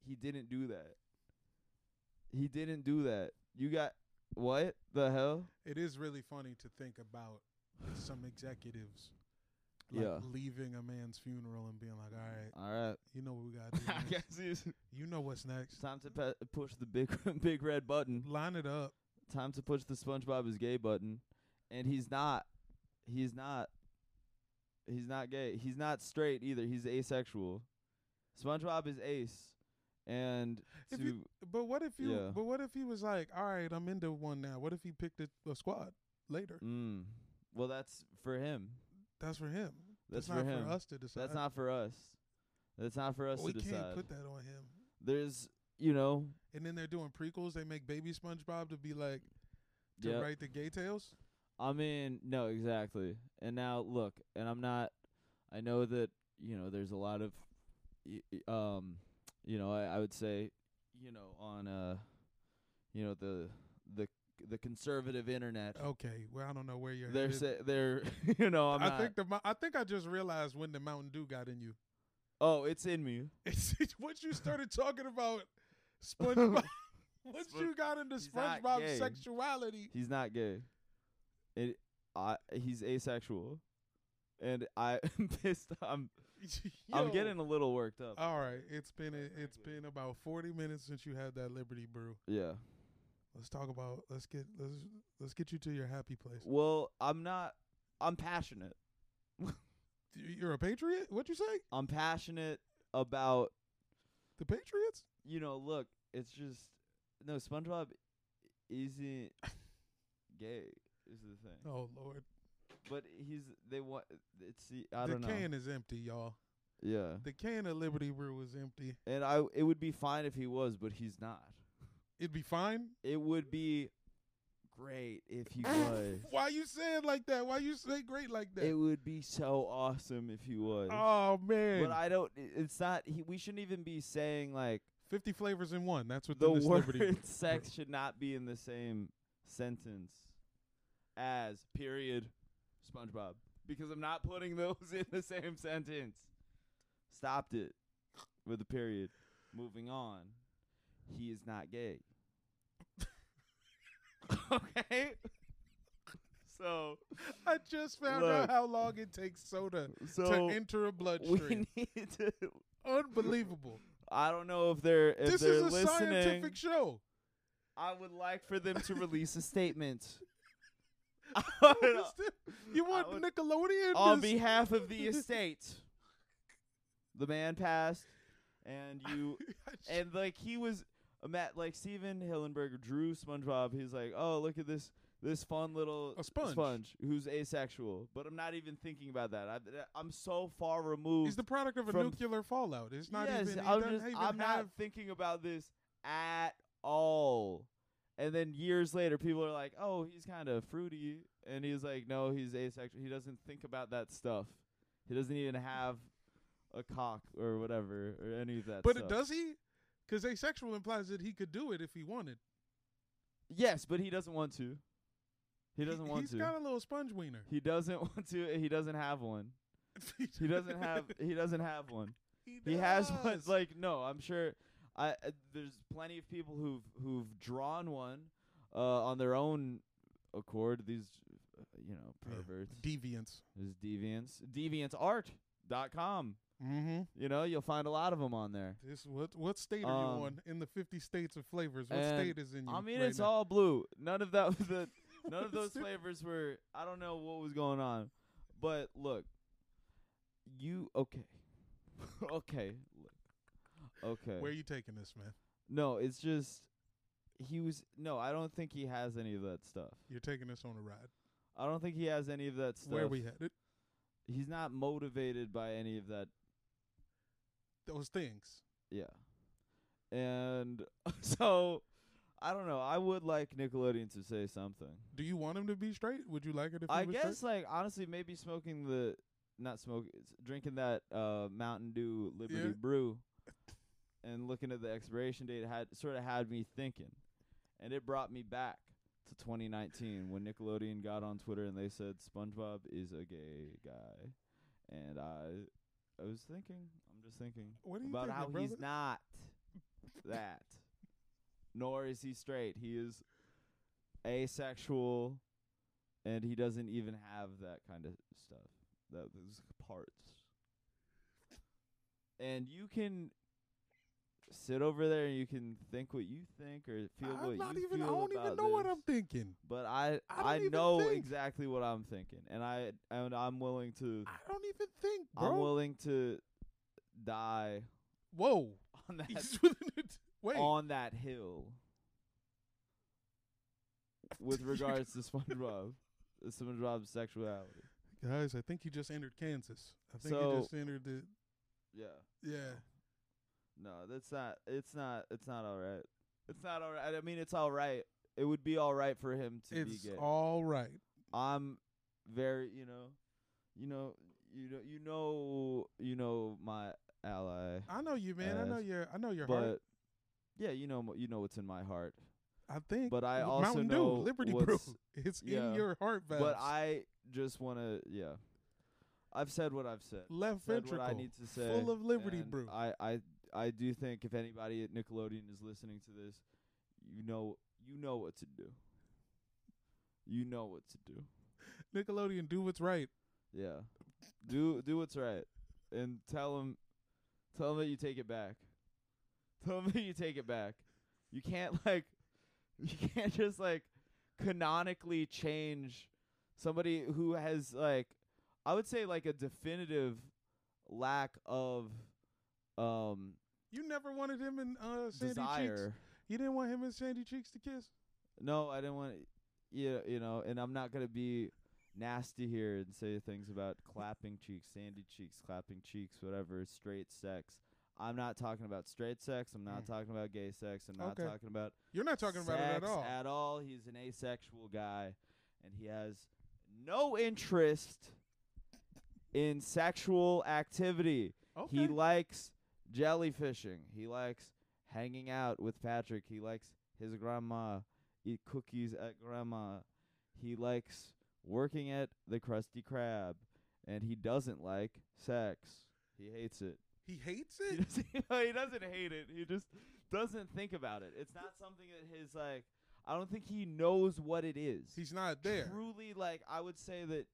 Speaker 2: he didn't do that, he didn't do that. You got what the hell?
Speaker 1: it is really funny to think about some executives like
Speaker 2: Yeah.
Speaker 1: leaving a man's funeral and being like, "All right,
Speaker 2: All right.
Speaker 1: <laughs> you know what we got to do.
Speaker 2: <laughs> I
Speaker 1: next.
Speaker 2: guess it's
Speaker 1: You know what's next.
Speaker 2: time to pe- push the big <laughs> big red button.
Speaker 1: Line it up."
Speaker 2: Time to push the SpongeBob is gay button, and he's not. He's not. He's not gay. He's not straight either. He's asexual. SpongeBob is ace, and
Speaker 1: If
Speaker 2: to
Speaker 1: you- But what if you?
Speaker 2: Yeah.
Speaker 1: But what if he was like, "All right, I'm into one now." What if he picked a, a squad later?
Speaker 2: mm, well, that's for him.
Speaker 1: That's for him.
Speaker 2: That's,
Speaker 1: not
Speaker 2: for him.
Speaker 1: us to decide.
Speaker 2: that's not for us. That's not for us
Speaker 1: we
Speaker 2: to
Speaker 1: can't
Speaker 2: decide.
Speaker 1: put that on him.
Speaker 2: There's, you know,
Speaker 1: And then they're doing prequels. They make Baby SpongeBob to be like to
Speaker 2: yeah.
Speaker 1: write the gay tales.
Speaker 2: I mean, no, exactly. And now look, and I'm not. I know that you know there's a lot of, y- y- um, you know, I, I would say, you know, on uh, you know the the the conservative internet.
Speaker 1: Okay, well I don't know where you're.
Speaker 2: they're
Speaker 1: headed.
Speaker 2: say, they're <laughs> you know I'm
Speaker 1: I
Speaker 2: not.
Speaker 1: think the mo- I think I just realized when the Mountain Dew got in you. <laughs>
Speaker 2: oh, it's in me.
Speaker 1: It's it's once you started talking about
Speaker 2: <laughs>
Speaker 1: SpongeBob, <laughs> once
Speaker 2: Spon-
Speaker 1: you got into
Speaker 2: He's not
Speaker 1: SpongeBob
Speaker 2: gay.
Speaker 1: sexuality, <laughs>
Speaker 2: He's not gay. <laughs> It, I he's asexual, and I am pissed. I'm I'm
Speaker 1: Yo.
Speaker 2: getting a little worked up.
Speaker 1: All right, it's been a, it's been about forty minutes since you had that Liberty Brew.
Speaker 2: yeah.
Speaker 1: Let's talk about let's get let's let's get you to your happy place.
Speaker 2: Well, I'm not. I'm passionate.
Speaker 1: You're a patriot. What you say?
Speaker 2: I'm passionate about
Speaker 1: The Patriots?
Speaker 2: you know. Look, it's just no. SpongeBob isn't gay. Is the thing,
Speaker 1: Oh Lord,
Speaker 2: but he's they want. It's the- I
Speaker 1: the
Speaker 2: don't know.
Speaker 1: can is empty, y'all.
Speaker 2: Yeah,
Speaker 1: The can of Liberty Brew is empty.
Speaker 2: and I it would be fine if he was, but he's not.
Speaker 1: It'd be fine.
Speaker 2: It would be great if he was.
Speaker 1: Why you say it like that? Why you say great like that?
Speaker 2: It would be so awesome if he was.
Speaker 1: oh man,
Speaker 2: but I don't. It's not. He, we shouldn't even be saying like
Speaker 1: fifty flavors in one. That's what
Speaker 2: the
Speaker 1: the this
Speaker 2: <laughs> word
Speaker 1: Liberty. Brew-
Speaker 2: sex should not be in the same sentence as period SpongeBob because I'm not putting <laughs> those in the same sentence. Stopped it with the period. Moving on. He is not gay. <laughs> okay?
Speaker 1: <laughs>
Speaker 2: So
Speaker 1: I just found
Speaker 2: Look.
Speaker 1: out how long it takes soda
Speaker 2: so
Speaker 1: to enter a bloodstream.
Speaker 2: we <laughs> need to
Speaker 1: Unbelievable.
Speaker 2: I don't know if they're <laughs> if
Speaker 1: this
Speaker 2: they're
Speaker 1: is a
Speaker 2: listening.
Speaker 1: scientific
Speaker 2: <laughs>
Speaker 1: show.
Speaker 2: I would like for them to release a statement.
Speaker 1: <laughs>
Speaker 2: <laughs>
Speaker 1: you
Speaker 2: I
Speaker 1: want
Speaker 2: would-
Speaker 1: Nickelodeon? <laughs>
Speaker 2: on
Speaker 1: This-
Speaker 2: behalf of the estate. The man passed, and
Speaker 1: <laughs>
Speaker 2: you and like he was uh, Matt like Steven Hillenberg drew SpongeBob. He's like, oh look at this this fun little
Speaker 1: A sponge.
Speaker 2: who's asexual. But I'm not even thinking about that. I, I'm so far removed.
Speaker 1: He's the product of a
Speaker 2: from-
Speaker 1: nuclear fallout. It's not
Speaker 2: yes,
Speaker 1: even. he
Speaker 2: I'm,
Speaker 1: doesn't
Speaker 2: just,
Speaker 1: even
Speaker 2: I'm not
Speaker 1: have-
Speaker 2: thinking about this at all. And then years later, people are like, "Oh, he's kind of fruity," and he's like, "No, he's asexual. He doesn't think about that stuff. He doesn't even have a cock or whatever or any of that."
Speaker 1: But
Speaker 2: stuff.
Speaker 1: it does he? Because asexual implies that he could do it if he wanted.
Speaker 2: Yes, but he doesn't want to. He doesn't want to.
Speaker 1: He's got a little sponge wiener.
Speaker 2: he doesn't want to. He doesn't have one. <laughs> He doesn't
Speaker 1: <laughs>
Speaker 2: have. he doesn't have one. He has one.
Speaker 1: does.
Speaker 2: Like no, I'm sure. I uh, there's plenty of people who've who've drawn one uh, on their own accord. These uh, you know
Speaker 1: Yeah.
Speaker 2: perverts,
Speaker 1: deviance.
Speaker 2: these deviants, deviantart.com.
Speaker 1: Mm-hmm.
Speaker 2: You know you'll find a lot of them on there.
Speaker 1: This what? What state are
Speaker 2: Um,
Speaker 1: you on in the fifty states of flavors? What
Speaker 2: and
Speaker 1: state is in you?
Speaker 2: I mean
Speaker 1: right
Speaker 2: it's
Speaker 1: now?
Speaker 2: all blue. None of that
Speaker 1: <laughs>
Speaker 2: the none of those
Speaker 1: Stupid.
Speaker 2: flavors were. I don't know what was going on, but look, you okay, <laughs> okay, look, okay.
Speaker 1: Where are you taking this, man?
Speaker 2: No, it's just he was no, I don't think he has any of that stuff.
Speaker 1: You're taking this on a ride.
Speaker 2: I don't think he has any of that stuff.
Speaker 1: Where we headed?
Speaker 2: He's not motivated by any of that.
Speaker 1: Those things.
Speaker 2: Yeah. And <laughs> so I don't know. I would like Nickelodeon to say something.
Speaker 1: Do you want him to be straight? Would you like it if he
Speaker 2: I
Speaker 1: was
Speaker 2: guess like honestly maybe smoking the not smoking drinking that uh Mountain Dew Liberty
Speaker 1: Yeah.
Speaker 2: brew and looking at the expiration date had sort of had me thinking. And it brought me back to 2019 when Nickelodeon got on Twitter and they said SpongeBob is a gay guy. And I I was thinking, I'm just thinking
Speaker 1: What do you
Speaker 2: about
Speaker 1: think,
Speaker 2: how
Speaker 1: brother?
Speaker 2: he's not that. Nor is he straight. He is asexual and he doesn't even have that kind of stuff. That those parts. And you can sit over there and you can think what you think or feel
Speaker 1: I'm
Speaker 2: what
Speaker 1: not
Speaker 2: you
Speaker 1: even. I
Speaker 2: feel
Speaker 1: don't
Speaker 2: about
Speaker 1: even know what
Speaker 2: this.
Speaker 1: I'm thinking.
Speaker 2: But I
Speaker 1: I don't
Speaker 2: I,
Speaker 1: even
Speaker 2: know
Speaker 1: think.
Speaker 2: exactly what I'm thinking, and I and I'm willing to
Speaker 1: I don't even think,
Speaker 2: I'm
Speaker 1: bro.
Speaker 2: willing to die <laughs>
Speaker 1: Whoa.
Speaker 2: on that
Speaker 1: He's <laughs> willing to t- Wait.
Speaker 2: on that hill with
Speaker 1: You-
Speaker 2: regards to <laughs> SpongeBob, SpongeBob's sexuality.
Speaker 1: Guys, I think he just entered Kansas. I think
Speaker 2: So-
Speaker 1: he just entered the.
Speaker 2: Yeah.
Speaker 1: Yeah.
Speaker 2: No, that's not. It's not. It's not all right. It's not all right. I mean, it's all right. It would be all right for him to
Speaker 1: It's
Speaker 2: be gay.
Speaker 1: all right.
Speaker 2: I'm very, you know, you know, you know, you know, you know my ally,
Speaker 1: I know you, man. I know
Speaker 2: As-
Speaker 1: your. I know your
Speaker 2: but
Speaker 1: heart.
Speaker 2: yeah, you know, mo- you know what's in my heart.
Speaker 1: I think.
Speaker 2: but I
Speaker 1: L-
Speaker 2: also
Speaker 1: Mountain Dew,
Speaker 2: know
Speaker 1: Liberty Brew. <laughs>
Speaker 2: what's-
Speaker 1: It's
Speaker 2: yeah.
Speaker 1: in your heart valves.
Speaker 2: But I just want to, yeah. I've said what I've said.
Speaker 1: left
Speaker 2: said
Speaker 1: ventricle
Speaker 2: what I need to say.
Speaker 1: full of Liberty
Speaker 2: and
Speaker 1: Brew.
Speaker 2: I, I, I do think if anybody at Nickelodeon is listening to this, you know, you know what to do. You know what to do.
Speaker 1: Nickelodeon, do what's right.
Speaker 2: Yeah. Do do what's right. and tell him, tell him that you take it back. Tell him <laughs> that you take it back. You can't <laughs> like, you can't just like, canonically change somebody who has like, I would say like a definitive lack of, um,
Speaker 1: You never wanted him and uh, Sandy Cheeks.
Speaker 2: desire.
Speaker 1: You didn't want him and Sandy Cheeks to kiss.
Speaker 2: No, I didn't want. Yeah, you know, and I'm not gonna be nasty here and say things about clapping cheeks, sandy cheeks, clapping cheeks, whatever. Straight sex. I'm not talking about straight sex. I'm not
Speaker 1: Mm.
Speaker 2: talking about gay sex. I'm not
Speaker 1: Okay.
Speaker 2: talking about
Speaker 1: You're not talking about it at
Speaker 2: sex
Speaker 1: all.
Speaker 2: At all. He's an asexual guy, and he has no interest in sexual activity.
Speaker 1: okay.
Speaker 2: He likes jellyfishing. He likes hanging out with Patrick. He likes his grandma, eat cookies at grandma. He likes working at the Krusty Krab, and he doesn't like sex. He hates it. <laughs>
Speaker 1: he hates
Speaker 2: He <laughs>
Speaker 1: it.
Speaker 2: doesn't, he doesn't hate it. He just doesn't think about it. It's not something that his like. I don't think he knows what it is.
Speaker 1: He's not there.
Speaker 2: truly like. I would say that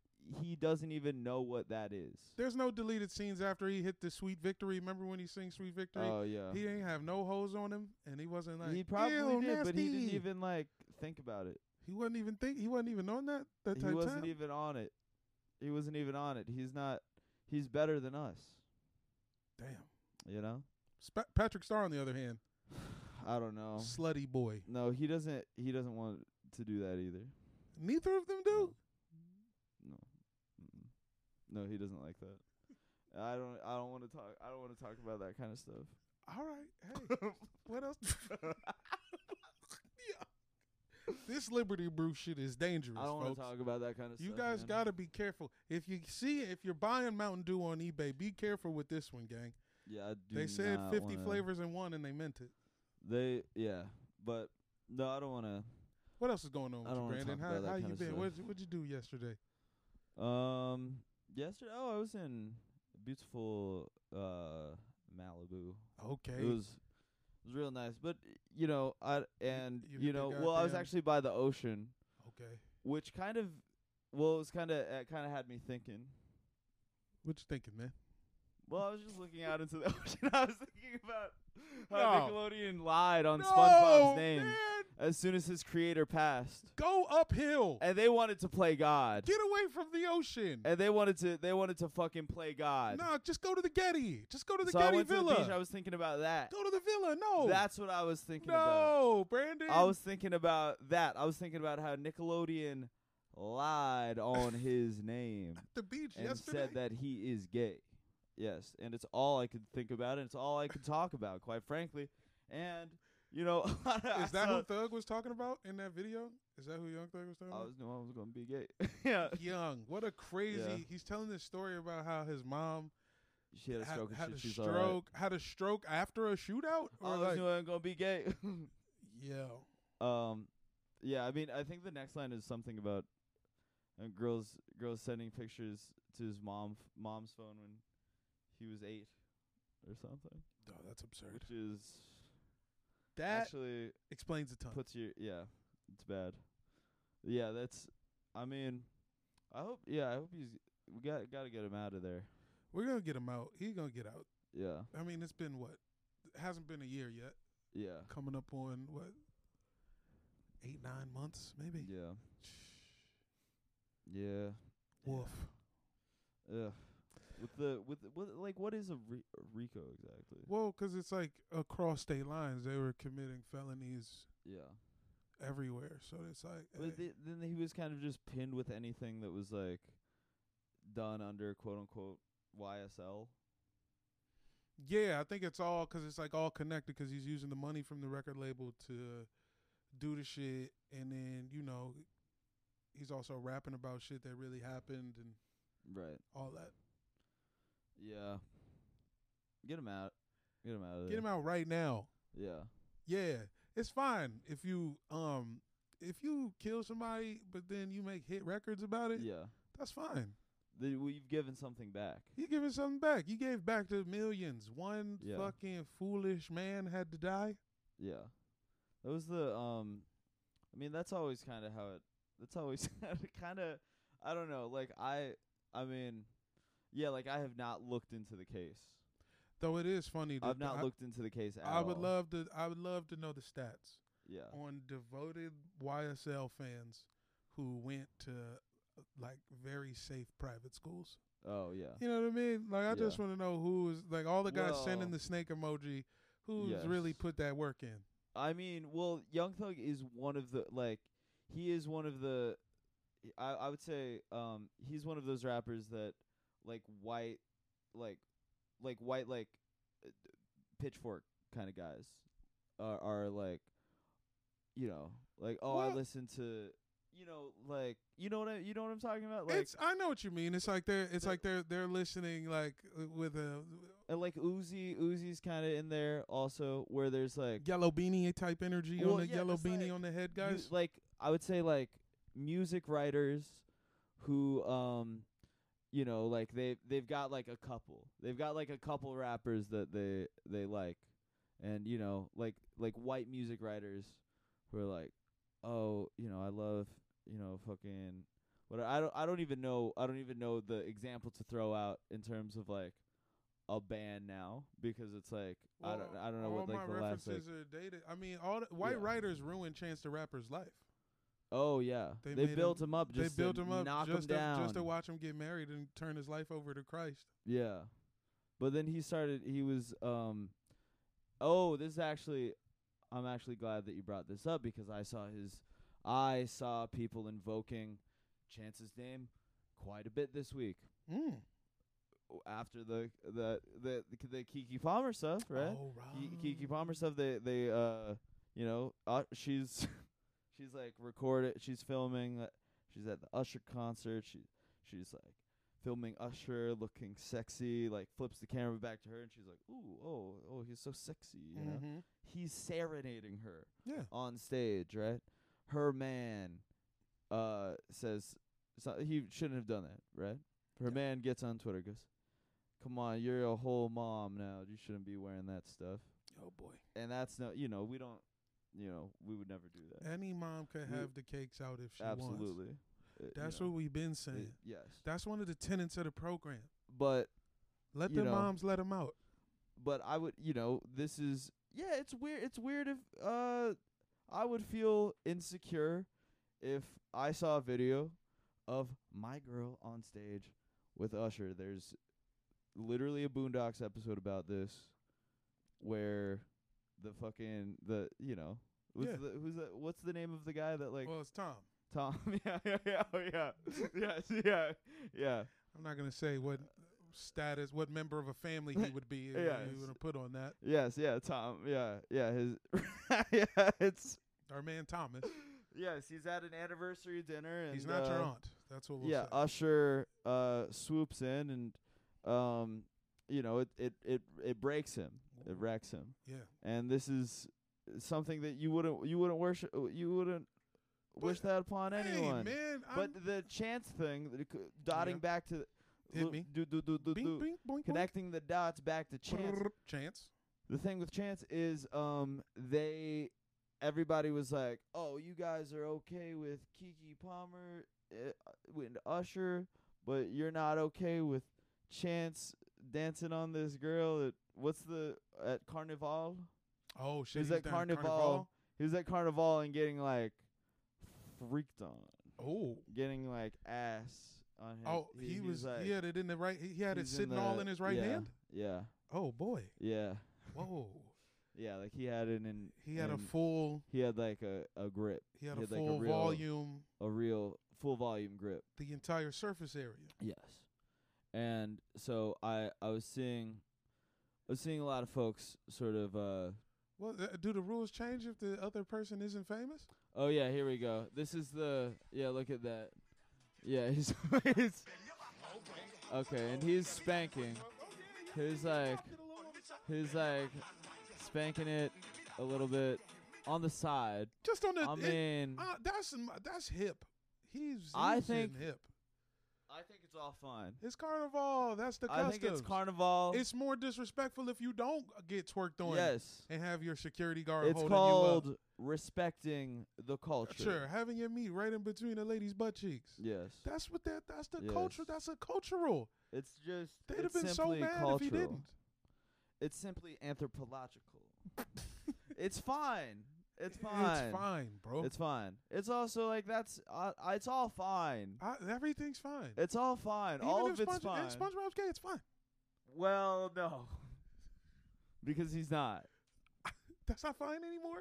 Speaker 2: he doesn't even know what that is.
Speaker 1: There's no deleted scenes after he hit the Sweet Victory. Remember when he sings Sweet Victory?
Speaker 2: Oh yeah.
Speaker 1: He ain't have no hoes on him, and he wasn't like
Speaker 2: he probably
Speaker 1: "Ew,
Speaker 2: did, but he didn't
Speaker 1: nasty."
Speaker 2: even like think about it.
Speaker 1: He wasn't even think. He wasn't even on that that
Speaker 2: He
Speaker 1: type
Speaker 2: wasn't
Speaker 1: time.
Speaker 2: even on it. He wasn't even on it. He's not. He's better than us.
Speaker 1: Damn.
Speaker 2: You know. <sighs>
Speaker 1: Sp- Patrick Starr, on the other hand,
Speaker 2: I don't know.
Speaker 1: slutty boy.
Speaker 2: No, he doesn't. He doesn't want to do that either.
Speaker 1: Neither of them do.
Speaker 2: No. Mm-mm. No, he doesn't like that. I don't. I don't want to talk. I don't want to talk about that kind of stuff.
Speaker 1: All right. Hey, <laughs> what else? yeah. This Liberty Brew shit is dangerous,
Speaker 2: I don't want
Speaker 1: folks.
Speaker 2: to talk about that kind of
Speaker 1: you
Speaker 2: stuff.
Speaker 1: guys
Speaker 2: man.
Speaker 1: gotta be careful. If you see, if you're buying Mountain Dew on eBay, be careful with this one, gang.
Speaker 2: Yeah, I do
Speaker 1: They said
Speaker 2: not
Speaker 1: 50
Speaker 2: wanna-
Speaker 1: flavors in one, and they meant it.
Speaker 2: They yeah, but no, I don't want to.
Speaker 1: What else is going on with
Speaker 2: I don't
Speaker 1: you,
Speaker 2: wanna
Speaker 1: Brandon?
Speaker 2: talk
Speaker 1: How,
Speaker 2: about that
Speaker 1: how
Speaker 2: kinda
Speaker 1: you been?
Speaker 2: stuff.
Speaker 1: What'd, you- what'd you do yesterday?
Speaker 2: Um, yesterday, oh, I was in beautiful uh Malibu.
Speaker 1: Okay.
Speaker 2: It was it was real nice, but you know, I and
Speaker 1: you
Speaker 2: you,
Speaker 1: hit the
Speaker 2: know, well, I was
Speaker 1: goddamn-
Speaker 2: actually by the ocean,
Speaker 1: okay.
Speaker 2: which kind of, well, it was kind of, it kind of had me thinking.
Speaker 1: What you thinking, man?
Speaker 2: Well, I was just looking out into the <laughs> ocean. I was thinking about how
Speaker 1: No.
Speaker 2: Nickelodeon lied on SpongeBob's name
Speaker 1: man!
Speaker 2: as soon as his creator passed,
Speaker 1: Go uphill.
Speaker 2: and they wanted to play God,
Speaker 1: Get away from the ocean.
Speaker 2: and they wanted to, they wanted to fucking play God.
Speaker 1: No, just go to the Getty. Just go to the
Speaker 2: so I
Speaker 1: Getty
Speaker 2: went
Speaker 1: Villa.
Speaker 2: to the beach. I was thinking about that.
Speaker 1: go to the Villa. No.
Speaker 2: That's what I was thinking about.
Speaker 1: no, Brandon.
Speaker 2: I was thinking about that. I was thinking about how Nickelodeon
Speaker 1: <laughs>
Speaker 2: lied on his name
Speaker 1: at the beach
Speaker 2: and
Speaker 1: yesterday.
Speaker 2: said that he is gay. Yes, and it's all I could think about, and it's all I could talk about, quite frankly. And you know, <laughs> I
Speaker 1: Is that
Speaker 2: saw-
Speaker 1: who Thug was talking about in that video? Is that who Young Thug was talking
Speaker 2: I
Speaker 1: about?
Speaker 2: was knew I was gonna be gay. <laughs> yeah,
Speaker 1: Young, what a crazy! He's telling this story about how his mom
Speaker 2: she had a
Speaker 1: had,
Speaker 2: stroke,
Speaker 1: had
Speaker 2: and
Speaker 1: a
Speaker 2: she, she's uh, Oh,
Speaker 1: stroke,
Speaker 2: all right.
Speaker 1: had a stroke after a shootout,
Speaker 2: I
Speaker 1: or
Speaker 2: always
Speaker 1: like,
Speaker 2: knew I was gonna be gay. <laughs>
Speaker 1: yeah,
Speaker 2: um, yeah, I mean, I think the next line is something about uh, girls girls sending pictures to his mom f- mom's phone when he was eight or something,
Speaker 1: no, that's absurd.
Speaker 2: which is
Speaker 1: That
Speaker 2: actually
Speaker 1: explains a ton.
Speaker 2: puts your yeah, it's bad. Yeah, that's. I mean, I hope yeah, I hope he's we got got to get him out of there.
Speaker 1: We're gonna get him out. He's gonna get out.
Speaker 2: Yeah,
Speaker 1: I mean, it's been what? It hasn't been a year yet.
Speaker 2: yeah,
Speaker 1: Coming up on what? Eight, nine months, maybe.
Speaker 2: yeah, yeah.
Speaker 1: Woof.
Speaker 2: Ugh. With the with the- what like what is a, re- a Rico exactly?
Speaker 1: Well, 'cause it's like across state lines, they were committing felonies
Speaker 2: Yeah.
Speaker 1: everywhere. So it's like,
Speaker 2: But
Speaker 1: eh,
Speaker 2: th then he was kind of just pinned with anything that was like done under quote unquote YSL.
Speaker 1: yeah, I think it's all 'cause it's like all connected 'cause he's using the money from the record label to do the shit, and then you know, he's also rapping about shit that really happened and
Speaker 2: Right.
Speaker 1: all that.
Speaker 2: Yeah. Get him out. Get him out of there.
Speaker 1: Get him out right now.
Speaker 2: Yeah.
Speaker 1: Yeah, it's fine if you um if you kill somebody, but then you make hit records about it.
Speaker 2: Yeah.
Speaker 1: That's fine.
Speaker 2: Th- we've given something back.
Speaker 1: You giving something back. You gave back to millions. One
Speaker 2: Yeah.
Speaker 1: fucking foolish man had to die.
Speaker 2: Yeah. That was the um I mean that's always kind <laughs> of how it that's always kind of I don't know like I I mean Yeah, like I have not looked into the case.
Speaker 1: Though it is funny. that
Speaker 2: I've not
Speaker 1: I,
Speaker 2: looked into the case at
Speaker 1: I would
Speaker 2: all.
Speaker 1: love to. I would love to know the stats
Speaker 2: Yeah.
Speaker 1: on devoted YSL fans who went to uh, like very safe private schools.
Speaker 2: Oh yeah.
Speaker 1: You know what I mean? Like I
Speaker 2: Yeah.
Speaker 1: just want to know who is like all the guys sending
Speaker 2: Well-
Speaker 1: the snake emoji. Who's really
Speaker 2: Yes.
Speaker 1: put that work in?
Speaker 2: I mean, well, Young Thug is one of the like he is one of the I I would say um he's one of those rappers that like white like like white like uh, d- pitchfork kind of guys are are like you know like oh I
Speaker 1: Well-
Speaker 2: listen to you know like you know what I, you know what I'm talking about like
Speaker 1: it's I know what you mean. It's like they're it's
Speaker 2: the-
Speaker 1: like they're they're listening like with a
Speaker 2: and like Uzi Uzi's kind of in there also where there's like
Speaker 1: yellow beanie type energy
Speaker 2: Well,
Speaker 1: on the
Speaker 2: yeah,
Speaker 1: yellow
Speaker 2: it's
Speaker 1: beanie
Speaker 2: like
Speaker 1: on the head,
Speaker 2: mu-
Speaker 1: guys.
Speaker 2: like I would say like music writers who um you know like they they've got like a couple. They've got like a couple rappers that they they like. And you know, like like white music writers who are like, "Oh, you know, I love, you know, fucking but I don't I don't even know I don't even know the example to throw out in terms of like a band now because it's like I
Speaker 1: Well,
Speaker 2: don't I don't know
Speaker 1: all
Speaker 2: what like
Speaker 1: my
Speaker 2: the last like,
Speaker 1: references are dated. I mean, all the, white
Speaker 2: Yeah.
Speaker 1: writers ruined Chance the Rapper's life.
Speaker 2: Oh yeah,
Speaker 1: They
Speaker 2: they,
Speaker 1: made
Speaker 2: built him, up. Just
Speaker 1: they built
Speaker 2: to
Speaker 1: him up
Speaker 2: knock
Speaker 1: just
Speaker 2: him
Speaker 1: to,
Speaker 2: down.
Speaker 1: just to watch him get married and turn his life over to Christ.
Speaker 2: Yeah, but then he started. He was. um Oh, this is actually. I'm actually glad that you brought this up because I saw his. I saw people invoking Chance's name quite a bit this week
Speaker 1: Mm.
Speaker 2: w- after the the the the, the Kiki Palmer stuff, right?
Speaker 1: Oh,
Speaker 2: Ki-
Speaker 1: right.
Speaker 2: Kiki Palmer stuff. They they uh you know uh, she's <laughs> she's like recorded. She's filming. uh, She's at the Usher concert. She she's like filming Usher looking sexy. Like flips the camera back to her and she's like, ooh oh oh he's so sexy. You know
Speaker 1: Mhm.
Speaker 2: he's serenading her
Speaker 1: Yeah.
Speaker 2: on stage, right? Her man uh says so he shouldn't have done that, right? Her man gets on Twitter, goes, Come on, you're a whole mom now. You shouldn't be wearing that stuff.
Speaker 1: Oh boy.
Speaker 2: And that's no you know, we don't you know, we would never do that.
Speaker 1: Any mom could
Speaker 2: We-
Speaker 1: have the cakes out if she wants.
Speaker 2: Absolutely. Uh, you
Speaker 1: That's
Speaker 2: know,
Speaker 1: what we've been
Speaker 2: uh,
Speaker 1: saying.
Speaker 2: yes.
Speaker 1: That's one of the tenets of the program.
Speaker 2: But
Speaker 1: Let
Speaker 2: You
Speaker 1: the
Speaker 2: know.
Speaker 1: moms let 'em out.
Speaker 2: but I would, you know, this is yeah, it's weird. It's weird if uh, I would feel insecure if I saw a video of my girl on stage with Usher. There's literally a Boondocks episode about this where the fucking the you know who's
Speaker 1: Yeah.
Speaker 2: the, who's the, what's the name of the guy that like
Speaker 1: well, it's Tom.
Speaker 2: Tom <laughs> yeah yeah yeah oh, yeah yes yeah yeah
Speaker 1: I'm not gonna say what status, what member of a family he would
Speaker 2: <laughs>
Speaker 1: be. if
Speaker 2: Yeah,
Speaker 1: you
Speaker 2: it's-
Speaker 1: want to put on that.
Speaker 2: yes yeah Tom yeah yeah his <laughs> yeah it's
Speaker 1: Our man Thomas.
Speaker 2: Yes, he's at an anniversary dinner, and
Speaker 1: He's not your
Speaker 2: uh,
Speaker 1: aunt. That's what we'll
Speaker 2: yeah,
Speaker 1: say.
Speaker 2: Usher uh, swoops in, and um, you know, it it it it breaks him, it wrecks him,
Speaker 1: yeah.
Speaker 2: and this is something that you wouldn't you wouldn't worship you wouldn't wish that upon anyone.
Speaker 1: Hey man,
Speaker 2: but
Speaker 1: I'm,
Speaker 2: the chance thing, that it cou- dotting
Speaker 1: Yeah.
Speaker 2: back to
Speaker 1: Hit
Speaker 2: lo-
Speaker 1: me.
Speaker 2: do- do- do- do- do-
Speaker 1: bing, bing, boing, boing.
Speaker 2: connecting the dots back to chance.
Speaker 1: Brrr, chance.
Speaker 2: The thing with Chance is um they everybody was like, "Oh, you guys are okay with Kiki Palmer uh, with Usher, but you're not okay with Chance dancing on this girl at what's the at Carnival?"
Speaker 1: Oh shit. he's
Speaker 2: Is that
Speaker 1: down
Speaker 2: Carnival? He was at Carnival and getting like freaked on,
Speaker 1: Oh.
Speaker 2: getting like ass on him.
Speaker 1: Oh, he, was.
Speaker 2: like,
Speaker 1: he had it in the right. He had it
Speaker 2: he's
Speaker 1: sitting all
Speaker 2: the-
Speaker 1: in his right
Speaker 2: yeah,
Speaker 1: hand.
Speaker 2: Yeah.
Speaker 1: Oh boy.
Speaker 2: Yeah.
Speaker 1: Whoa.
Speaker 2: Yeah, like he had it in
Speaker 1: He had a
Speaker 2: in-
Speaker 1: full.
Speaker 2: he had like a, a grip.
Speaker 1: He had
Speaker 2: he
Speaker 1: a
Speaker 2: had, like, a
Speaker 1: full
Speaker 2: real-
Speaker 1: volume.
Speaker 2: a real full volume grip.
Speaker 1: The entire surface area.
Speaker 2: Yes. And so I I was seeing I was seeing a lot of folks sort of uh
Speaker 1: Well, uh, do the rules change if the other person isn't famous?
Speaker 2: oh yeah, here we go. This is the yeah, look at that. Yeah, <laughs> he's, he's Okay, and he's spanking. He's like he's like spanking it a little bit on the side.
Speaker 1: Just on the.
Speaker 2: I
Speaker 1: it- <laughs>
Speaker 2: mean
Speaker 1: uh, that's m- that's hip. He's. he's
Speaker 2: I
Speaker 1: in
Speaker 2: think-
Speaker 1: hip.
Speaker 2: I think it's all fine.
Speaker 1: It's carnival. That's the
Speaker 2: I
Speaker 1: custom.
Speaker 2: think it's carnival.
Speaker 1: It's more disrespectful if you don't get twerked on
Speaker 2: yes.
Speaker 1: and have your security guard
Speaker 2: It's
Speaker 1: holding you
Speaker 2: called respecting the
Speaker 1: up.
Speaker 2: culture.
Speaker 1: Sure, having your meat right in between a lady's butt cheeks.
Speaker 2: Yes.
Speaker 1: That's what that. That's the
Speaker 2: Yes.
Speaker 1: culture. That's a cultural.
Speaker 2: It's just
Speaker 1: They'd have
Speaker 2: it's
Speaker 1: been so
Speaker 2: simply
Speaker 1: mad
Speaker 2: cultural.
Speaker 1: if he didn't.
Speaker 2: It's simply
Speaker 1: <laughs>
Speaker 2: anthropological. it's fine. It's fine.
Speaker 1: It's fine, bro.
Speaker 2: It's fine. It's also like that's uh, uh, it's all fine.
Speaker 1: I, everything's fine.
Speaker 2: It's all fine.
Speaker 1: Even
Speaker 2: all
Speaker 1: if
Speaker 2: of it's
Speaker 1: Sponge-
Speaker 2: fine.
Speaker 1: if SpongeBob's gay. It's fine.
Speaker 2: well, no. because he's not.
Speaker 1: That's not fine anymore.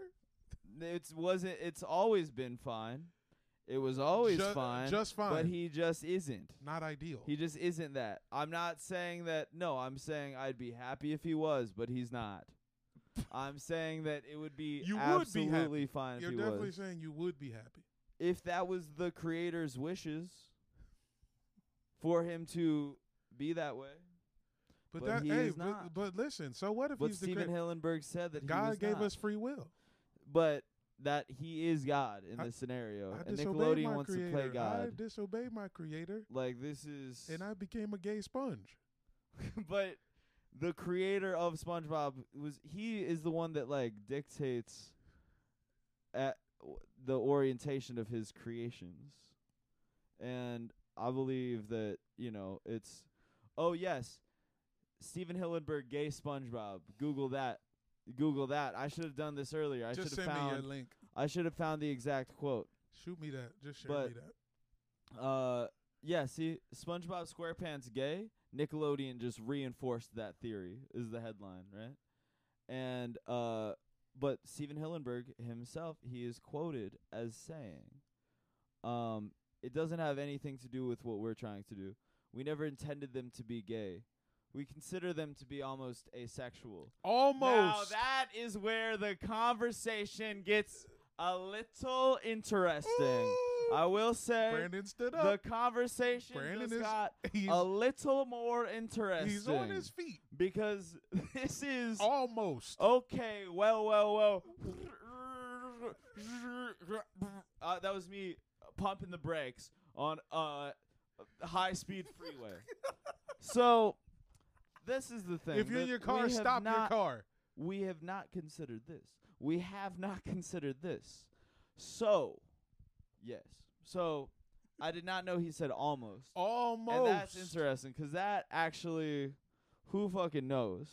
Speaker 2: It wasn't it's always been fine. It was always
Speaker 1: Ju-
Speaker 2: fine.
Speaker 1: Just fine.
Speaker 2: But he just isn't.
Speaker 1: not ideal.
Speaker 2: He just isn't that. I'm not saying that. No, I'm saying I'd be happy if he was, but he's not. I'm saying that it would be
Speaker 1: <laughs> You would be happy.
Speaker 2: absolutely fine
Speaker 1: You're
Speaker 2: if he
Speaker 1: definitely
Speaker 2: was.
Speaker 1: saying you would be happy.
Speaker 2: If that was the creator's wishes for him to be that way.
Speaker 1: But,
Speaker 2: But
Speaker 1: that
Speaker 2: he
Speaker 1: hey,
Speaker 2: is
Speaker 1: but,
Speaker 2: not.
Speaker 1: but listen. So what if
Speaker 2: But
Speaker 1: he's
Speaker 2: Stephen
Speaker 1: the great,
Speaker 2: Hillenberg said that he was
Speaker 1: God gave
Speaker 2: not.
Speaker 1: us free will?
Speaker 2: but that he is God in
Speaker 1: I-
Speaker 2: this scenario,
Speaker 1: I
Speaker 2: Uh, and
Speaker 1: disobeyed
Speaker 2: Nickelodeon
Speaker 1: my
Speaker 2: wants
Speaker 1: creator.
Speaker 2: to play
Speaker 1: I
Speaker 2: God.
Speaker 1: disobeyed my creator,
Speaker 2: like this is,
Speaker 1: and I became a gay sponge.
Speaker 2: <laughs> but the creator of SpongeBob was he is the one that like dictates at w- the orientation of his creations. And I believe that, you know, it's oh yes, Steven Hillenberg gay SpongeBob. Google that. Google that. I should have done this earlier. I should
Speaker 1: Just
Speaker 2: have
Speaker 1: send me your
Speaker 2: found
Speaker 1: link.
Speaker 2: I should have found the exact quote.
Speaker 1: Shoot me that. Just share
Speaker 2: But-
Speaker 1: me that.
Speaker 2: Uh yeah, see SpongeBob SquarePants gay. Nickelodeon just reinforced that theory is the headline, right? And uh but Steven Hillenberg himself, he is quoted as saying, um, it doesn't have anything to do with what we're trying to do. We never intended them to be gay. We consider them to be almost asexual. Now
Speaker 1: Almost.
Speaker 2: that is where the conversation gets a little interesting.
Speaker 1: Ooh.
Speaker 2: I will say
Speaker 1: Brandon stood
Speaker 2: the
Speaker 1: up. <laughs>
Speaker 2: conversation
Speaker 1: Brandon
Speaker 2: just
Speaker 1: is-
Speaker 2: got
Speaker 1: he's,
Speaker 2: a little more interesting
Speaker 1: he's on his feet. Oh,
Speaker 2: because <laughs> this is
Speaker 1: Almost.
Speaker 2: okay. Well, well, well. Uh, that was me pumping the brakes on uh, high speed freeway.
Speaker 1: <laughs>
Speaker 2: so this is the thing.
Speaker 1: if you're in
Speaker 2: that
Speaker 1: your
Speaker 2: we
Speaker 1: car,
Speaker 2: have
Speaker 1: stop your
Speaker 2: not-
Speaker 1: car.
Speaker 2: we have not considered this. We have not <laughs> considered this. So, yes. So, I did not know he said almost.
Speaker 1: Almost.
Speaker 2: And that's interesting because that actually, who fucking knows?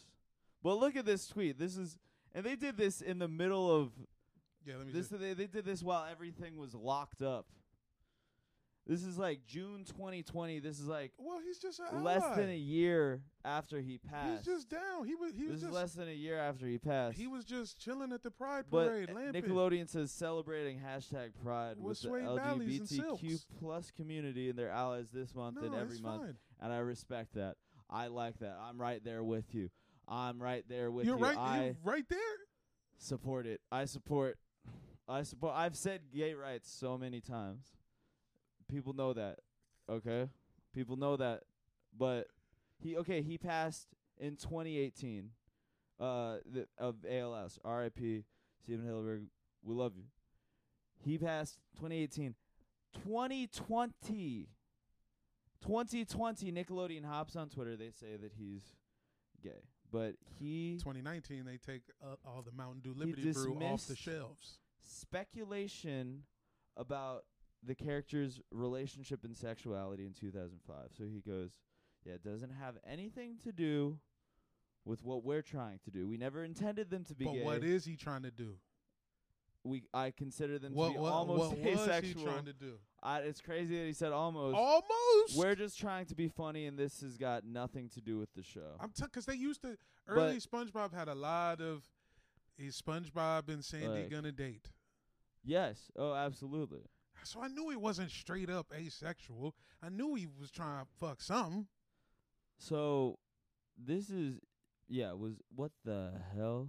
Speaker 2: But look at this tweet. This is, and they did this in the middle of
Speaker 1: Yeah, let me
Speaker 2: this.
Speaker 1: just,
Speaker 2: They, they did this while everything was locked up. This is like June 2020. This is like
Speaker 1: Well, he's just an
Speaker 2: less
Speaker 1: ally.
Speaker 2: than a year after he passed.
Speaker 1: He's just down. He was he
Speaker 2: this
Speaker 1: was
Speaker 2: is
Speaker 1: just
Speaker 2: less than a year after he passed.
Speaker 1: he was just chilling at the Pride
Speaker 2: But
Speaker 1: Parade,
Speaker 2: uh,
Speaker 1: lamping.
Speaker 2: Nickelodeon says celebrating hashtag Pride
Speaker 1: With
Speaker 2: with, the
Speaker 1: suede valleys and
Speaker 2: LGBTQ
Speaker 1: silks.
Speaker 2: plus community and their allies this month
Speaker 1: no,
Speaker 2: and every
Speaker 1: it's
Speaker 2: month,
Speaker 1: fine.
Speaker 2: and I respect that. I like that. I'm right there with you. I'm right there with
Speaker 1: You're
Speaker 2: you.
Speaker 1: right.
Speaker 2: I
Speaker 1: You're right there.
Speaker 2: support it. I support. I support. I've said gay rights so many times. People know that. Okay, people know that. But he okay. He passed in 2018. Uh, the, of ALS. R.I.P. Stephen Hillenburg. We love you. He passed 2018. 2020. 2020. Nickelodeon hops on Twitter. They say that he's gay, but he
Speaker 1: 2019, they take uh, all the Mountain Dew Liberty Brew off the
Speaker 2: dismissed-
Speaker 1: shelves.
Speaker 2: speculation about the character's relationship and sexuality in 2005. So he goes, Yeah, it doesn't have anything to do with what we're trying to do. We never intended them to be
Speaker 1: But
Speaker 2: gay.
Speaker 1: what is he trying to do?
Speaker 2: we I consider them to
Speaker 1: What
Speaker 2: be
Speaker 1: what,
Speaker 2: almost
Speaker 1: what was he
Speaker 2: asexual.
Speaker 1: trying to do?
Speaker 2: I, it's crazy that he said almost.
Speaker 1: Almost.
Speaker 2: We're just trying to be funny, and this has got nothing to do with the show.
Speaker 1: I'm because they used to early SpongeBob had a lot of is SpongeBob and Sandy
Speaker 2: Like-
Speaker 1: gonna date.
Speaker 2: yes. Oh, absolutely.
Speaker 1: So I knew he wasn't straight up asexual. I knew he was trying to fuck something.
Speaker 2: So this is yeah, was what the hell?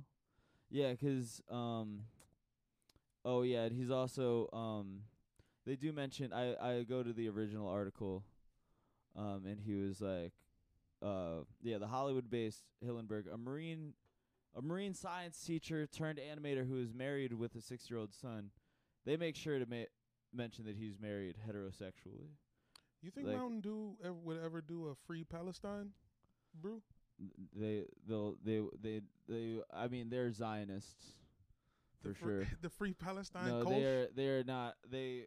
Speaker 2: Yeah, 'cause um oh yeah, and he's also um they do mention I I go to the original article um and he was like uh yeah, the Hollywood-based Hillenberg, a marine a marine science teacher turned animator who is married with a 6-year-old son. They make sure to ma- mention that he's married heterosexually.
Speaker 1: You think
Speaker 2: Like-
Speaker 1: Mountain Dew ever, would ever do a free Palestine brew?
Speaker 2: They they'll they they they. I mean, they're Zionists
Speaker 1: The
Speaker 2: for
Speaker 1: fr- <laughs>
Speaker 2: sure.
Speaker 1: the free Palestine
Speaker 2: No,
Speaker 1: Kolsch?
Speaker 2: they are they are not. They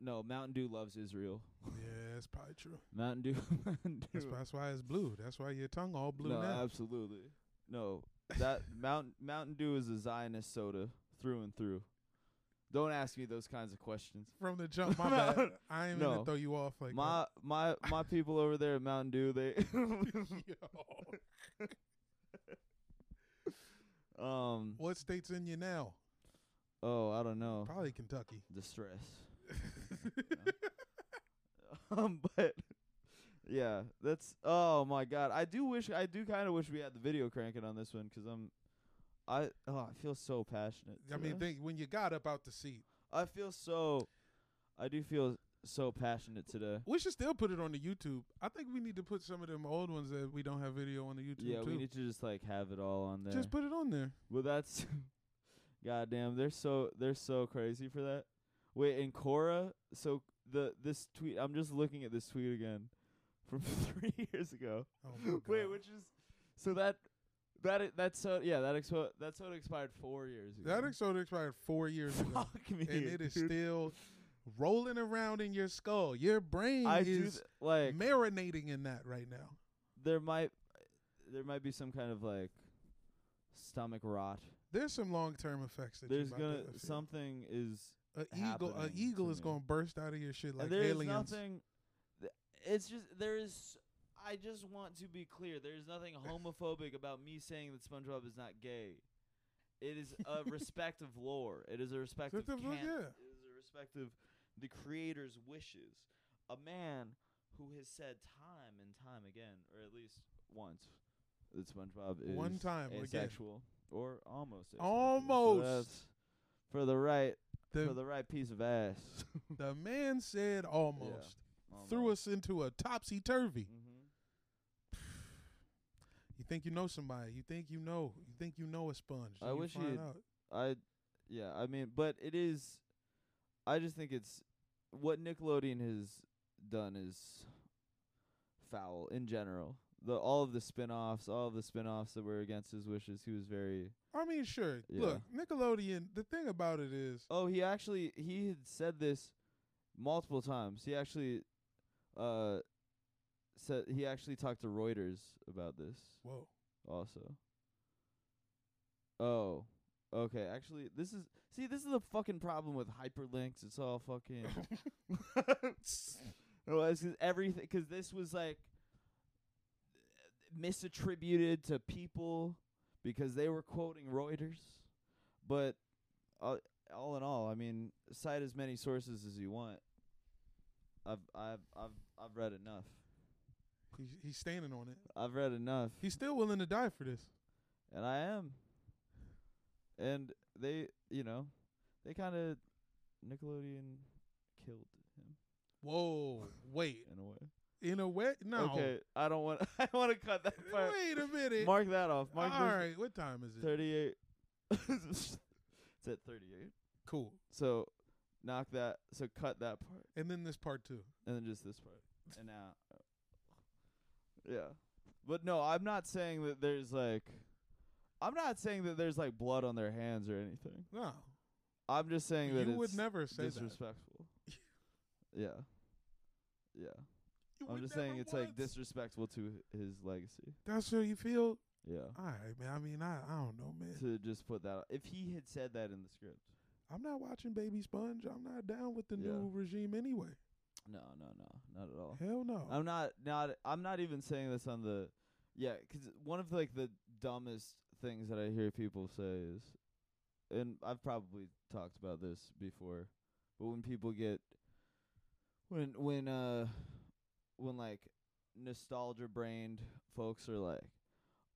Speaker 2: no Mountain Dew loves Israel.
Speaker 1: Yeah, that's probably true.
Speaker 2: <laughs> Mountain Dew. Mountain
Speaker 1: That's,
Speaker 2: Dew.
Speaker 1: why- that's why it's blue. That's why your tongue all blue
Speaker 2: no,
Speaker 1: now.
Speaker 2: absolutely. No, that <laughs> Mountain Mountain Dew is a Zionist soda through and through. Don't ask me those kinds of questions.
Speaker 1: <laughs> From the jump, my bad.
Speaker 2: <laughs> No.
Speaker 1: I ain't
Speaker 2: No.
Speaker 1: gonna throw you off like
Speaker 2: my my my people over there at Mountain Dew, they <laughs>
Speaker 1: that. <laughs> Yo.
Speaker 2: um
Speaker 1: What state's in you
Speaker 2: <laughs>
Speaker 1: now?
Speaker 2: oh I don't know
Speaker 1: Probably Kentucky. <laughs>
Speaker 2: distress. <laughs> Um, but yeah, that's oh my god. I do wish I do kind of wish we had the video cranking on this one 'cause I'm I oh I feel so passionate.
Speaker 1: I mean,
Speaker 2: today.
Speaker 1: think when you got up out the seat,
Speaker 2: I feel so I do feel so passionate today.
Speaker 1: we should still put it on the YouTube. I think we need to put some of them old ones that we don't have video on the YouTube
Speaker 2: Yeah,
Speaker 1: too.
Speaker 2: we need to just like have it all on there.
Speaker 1: Just put it on there.
Speaker 2: Well, that's <laughs> goddamn. They're so they're so crazy for that. Wait, and Cora. So the this tweet. I'm just looking at this tweet again from <laughs> three years ago.
Speaker 1: Oh my
Speaker 2: <laughs> Wait,
Speaker 1: God.
Speaker 2: which is so that that i- that so yeah that expo that soda expired four years ago.
Speaker 1: that episode expired four years ago,
Speaker 2: Fuck me,
Speaker 1: <laughs> and it is
Speaker 2: dude.
Speaker 1: still rolling around in your skull. Your brain
Speaker 2: I do
Speaker 1: is
Speaker 2: th- like
Speaker 1: marinating in that right now.
Speaker 2: there might there might be some kind of like stomach rot.
Speaker 1: There's some long term effects that you
Speaker 2: There's
Speaker 1: might
Speaker 2: gonna
Speaker 1: get, I feel.
Speaker 2: something is
Speaker 1: a eagle a
Speaker 2: happening
Speaker 1: eagle
Speaker 2: to
Speaker 1: is
Speaker 2: me.
Speaker 1: gonna burst out of your shit like
Speaker 2: And there is
Speaker 1: aliens.
Speaker 2: nothing. th- It's just there is. I just want to be clear. There is nothing homophobic about me saying that SpongeBob is not gay. It is a
Speaker 1: <laughs>
Speaker 2: respect of lore. It is a respect of
Speaker 1: Respect of lore,
Speaker 2: canon.
Speaker 1: yeah.
Speaker 2: It is a respect of the creator's wishes. A man who has said time and time again, or at least once, that SpongeBob is
Speaker 1: One time again.
Speaker 2: asexual or almost. asexual. So
Speaker 1: Almost.
Speaker 2: that's for the right for
Speaker 1: The,
Speaker 2: the right piece of ass.
Speaker 1: <laughs> the man said almost threw us into a topsy turvy.
Speaker 2: Mm-hmm.
Speaker 1: You think you know somebody. You think you know. You think you know a sponge.
Speaker 2: I
Speaker 1: then you
Speaker 2: wish
Speaker 1: find
Speaker 2: you'd-
Speaker 1: out.
Speaker 2: I, yeah, I mean, but it is. I just think it's what Nickelodeon has done is foul in general. The all of the spin-offs, all of the spin-offs that were against his wishes, he was very.
Speaker 1: I mean, sure. Look, Nickelodeon. The thing about it is,
Speaker 2: Oh, he actually he had said this multiple times. He actually, uh, said he actually talked to Reuters about this
Speaker 1: whoa.
Speaker 2: also. Oh, okay. Actually, this is see, this is the fucking problem with hyperlinks. It's all fucking. <laughs> Well, this is everything because this was like misattributed to people because they were quoting Reuters. But uh, all in all, I mean, cite as many sources as you want. I've I've I've I've read enough.
Speaker 1: He's, he's standing on it.
Speaker 2: I've read enough.
Speaker 1: He's still willing to die for this.
Speaker 2: and I am. And they, you know, they kind of Nickelodeon killed him
Speaker 1: Whoa. Wait.
Speaker 2: in a way.
Speaker 1: In a way, no.
Speaker 2: Okay, I don't want. <laughs> I want to cut that part.
Speaker 1: Wait a minute.
Speaker 2: Mark that off.
Speaker 1: All
Speaker 2: Mark this.
Speaker 1: right. What time is it?
Speaker 2: Thirty-eight. <laughs> it's at thirty-eight.
Speaker 1: Cool.
Speaker 2: So, knock that. So cut that part,
Speaker 1: And then this part too.
Speaker 2: and then just this part, and now. oh. Yeah, but no, I'm not saying that there's like, I'm not saying that there's like blood on their hands or anything.
Speaker 1: No.
Speaker 2: I'm just saying that
Speaker 1: You would
Speaker 2: it's
Speaker 1: never say that.
Speaker 2: disrespectful. <laughs> yeah, yeah.
Speaker 1: You
Speaker 2: I'm
Speaker 1: would
Speaker 2: just
Speaker 1: never
Speaker 2: saying it's like
Speaker 1: once.
Speaker 2: disrespectful to his legacy.
Speaker 1: That's how you feel.
Speaker 2: Yeah.
Speaker 1: All right, man. I mean, I, I don't know, man.
Speaker 2: To just put that, if he had said that in the script,
Speaker 1: I'm not watching Baby Sponge. I'm not down with the
Speaker 2: Yeah.
Speaker 1: new regime anyway.
Speaker 2: no, no, no, not at all.
Speaker 1: Hell no.
Speaker 2: I'm not, not, I'm not even saying this on the, yeah, 'cause one of like the dumbest things that I hear people say is, and I've probably talked about this before, but when people get, when when uh, when like nostalgia brained folks are like,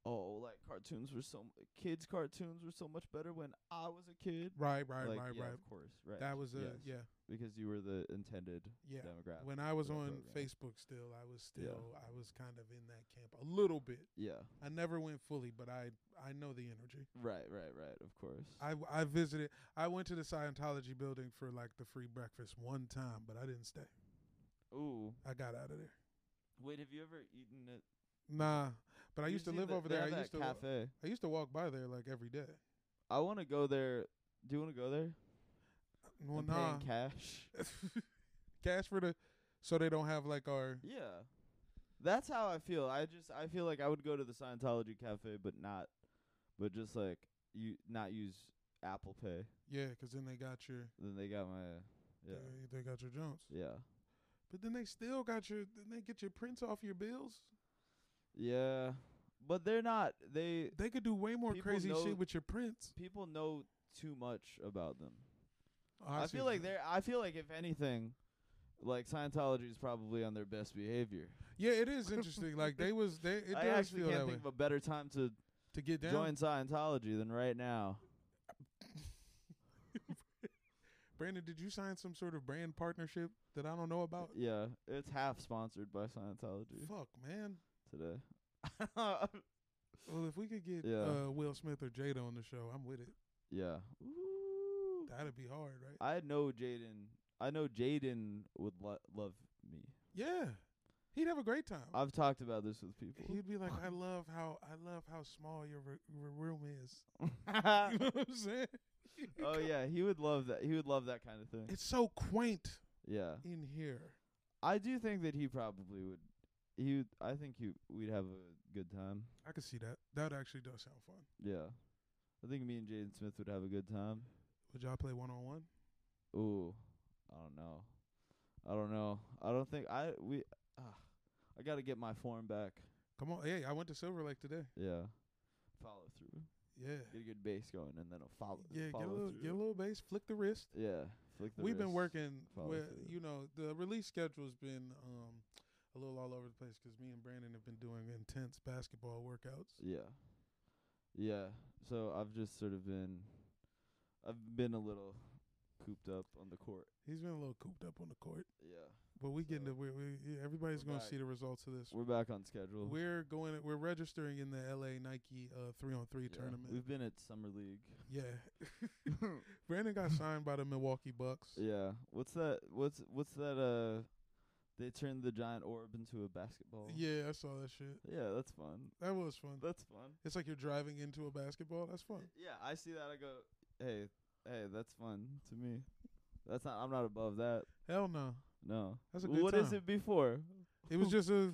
Speaker 2: oh, like cartoons were so m- kids cartoons were so much better when I was a kid.
Speaker 1: right, right,
Speaker 2: like,
Speaker 1: right,
Speaker 2: yeah,
Speaker 1: right.
Speaker 2: Of course, right.
Speaker 1: That was a
Speaker 2: yes,
Speaker 1: yeah,
Speaker 2: because you were the intended
Speaker 1: yeah.
Speaker 2: demographic.
Speaker 1: When I was
Speaker 2: for that
Speaker 1: on
Speaker 2: program.
Speaker 1: Facebook, still, I was still, I was kind of in that camp a little bit.
Speaker 2: yeah,
Speaker 1: I never went fully, but I, I know the energy.
Speaker 2: right, right, right. Of course.
Speaker 1: I, w- I visited. I went to the Scientology building for like the free breakfast one time, but I didn't stay.
Speaker 2: Ooh.
Speaker 1: I got out of there.
Speaker 2: Wait, have you ever eaten at
Speaker 1: Nah, but I
Speaker 2: You
Speaker 1: used to
Speaker 2: see
Speaker 1: live
Speaker 2: that-
Speaker 1: over
Speaker 2: they
Speaker 1: there.
Speaker 2: have
Speaker 1: I
Speaker 2: that
Speaker 1: used to. wa-
Speaker 2: cafe.
Speaker 1: I used to walk by there like every day.
Speaker 2: I want to go there. Do you want to go there?
Speaker 1: Well,
Speaker 2: and
Speaker 1: nah,
Speaker 2: pay in cash.
Speaker 1: <laughs> cash for the, so they don't have like our.
Speaker 2: Yeah. That's how I feel. I just I feel like I would go to the Scientology cafe but not but just like you not use Apple Pay.
Speaker 1: Yeah, 'cause then they got your.
Speaker 2: Then they got my yeah.
Speaker 1: They, they got your Jones.
Speaker 2: Yeah.
Speaker 1: But then they still got your. Then they get your prints off your bills.
Speaker 2: Yeah. But they're not they
Speaker 1: They could do way more
Speaker 2: People
Speaker 1: crazy
Speaker 2: know-
Speaker 1: shit with your prints.
Speaker 2: people know too much about them.
Speaker 1: Oh,
Speaker 2: I
Speaker 1: see
Speaker 2: feel
Speaker 1: what you
Speaker 2: like
Speaker 1: mean.
Speaker 2: they're I feel like if anything like Scientology is probably on their best behavior.
Speaker 1: Yeah, it is interesting. like they was. They it
Speaker 2: <laughs> I
Speaker 1: does
Speaker 2: actually
Speaker 1: feel
Speaker 2: can't
Speaker 1: that
Speaker 2: think
Speaker 1: way.
Speaker 2: of a better time to
Speaker 1: To get down,
Speaker 2: join Scientology than right now.
Speaker 1: Brandon, did you sign some sort of brand partnership that I don't know about?
Speaker 2: Yeah, it's half sponsored by Scientology
Speaker 1: Fuck, man. <laughs>
Speaker 2: today.
Speaker 1: Well, if we could get
Speaker 2: Yeah.
Speaker 1: uh, Will Smith or Jada on the show, I'm with it.
Speaker 2: yeah. Ooh.
Speaker 1: That'd be hard, right?
Speaker 2: I know Jaden. I know Jaden would lo- love me.
Speaker 1: Yeah, he'd have a great time.
Speaker 2: I've talked about this with <laughs> people.
Speaker 1: He'd be like, "I love how I love how small your, r- your room
Speaker 2: <laughs>
Speaker 1: is." You know
Speaker 2: oh
Speaker 1: what I'm saying?
Speaker 2: yeah, he would love that. He would love that kind of thing.
Speaker 1: It's so quaint
Speaker 2: Yeah.
Speaker 1: in here.
Speaker 2: I do think that he probably would. He, would, I think he, we'd have a good time.
Speaker 1: I could see that. That actually does sound fun.
Speaker 2: Yeah, I think me and Jaden Smith would have a good time.
Speaker 1: Would y'all play one on one?
Speaker 2: Ooh, I don't know. I don't know. I don't think I we. Uh, I gotta get my form back.
Speaker 1: Come on, hey, I went to Silver Lake today.
Speaker 2: Yeah, follow through.
Speaker 1: Yeah,
Speaker 2: Get a good bass going, and then a follow.
Speaker 1: yeah,
Speaker 2: follow
Speaker 1: get a little,
Speaker 2: through.
Speaker 1: get a little bass, flick the wrist.
Speaker 2: Yeah, flick the
Speaker 1: We've been
Speaker 2: wrist.
Speaker 1: working
Speaker 2: follow
Speaker 1: with
Speaker 2: through.
Speaker 1: you know the release schedule's been um a little all over the place 'cause me and Brandon have been doing intense basketball workouts.
Speaker 2: Yeah, yeah. So I've just sort of been, I've been a little cooped up on the court.
Speaker 1: He's been a little cooped up on the court,
Speaker 2: Yeah,
Speaker 1: but we getting
Speaker 2: So-
Speaker 1: to we, we yeah, everybody's
Speaker 2: We're
Speaker 1: going to
Speaker 2: back.
Speaker 1: see the results of this.
Speaker 2: we're back on schedule.
Speaker 1: We're going we're registering in the LA Nike uh 3 on 3
Speaker 2: Yeah,
Speaker 1: tournament.
Speaker 2: We've been at summer league. <laughs>
Speaker 1: Yeah. <laughs> Brandon got signed by the Milwaukee Bucks.
Speaker 2: Yeah. What's that? What's what's that? Uh, they turned the giant orb into a basketball.
Speaker 1: Yeah, I saw that shit.
Speaker 2: Yeah, that's fun.
Speaker 1: That was fun.
Speaker 2: That's fun.
Speaker 1: It's like you're driving into a basketball. That's fun.
Speaker 2: Yeah, I see that. I go, hey, hey, that's fun to me. That's not. I'm not above that.
Speaker 1: Hell no.
Speaker 2: No.
Speaker 1: That's a
Speaker 2: Well,
Speaker 1: good
Speaker 2: What is
Speaker 1: time.
Speaker 2: it before?
Speaker 1: It was just a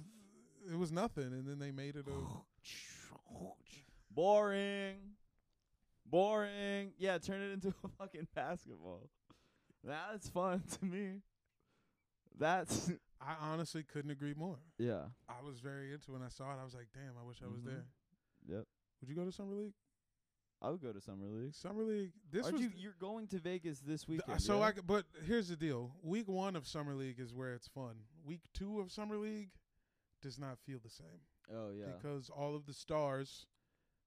Speaker 1: it was nothing and then they made it a
Speaker 2: Boring. Boring. Yeah, turn it into a fucking basketball. That's fun to me. That's <laughs>
Speaker 1: I honestly couldn't agree more.
Speaker 2: yeah.
Speaker 1: I was very into it. When I saw it, I was like, damn, I wish I was
Speaker 2: Mhm.
Speaker 1: there.
Speaker 2: Yep.
Speaker 1: Would you go to Summer League?
Speaker 2: I would go to summer league.
Speaker 1: Summer League. This
Speaker 2: Aren't
Speaker 1: was
Speaker 2: you?
Speaker 1: th-
Speaker 2: You're going to Vegas this
Speaker 1: th-
Speaker 2: weekend.
Speaker 1: so
Speaker 2: yeah?
Speaker 1: I. c- But here's the deal: Week one of Summer League is where it's fun. Week two of Summer League does not feel the same
Speaker 2: Oh yeah.
Speaker 1: because all of the stars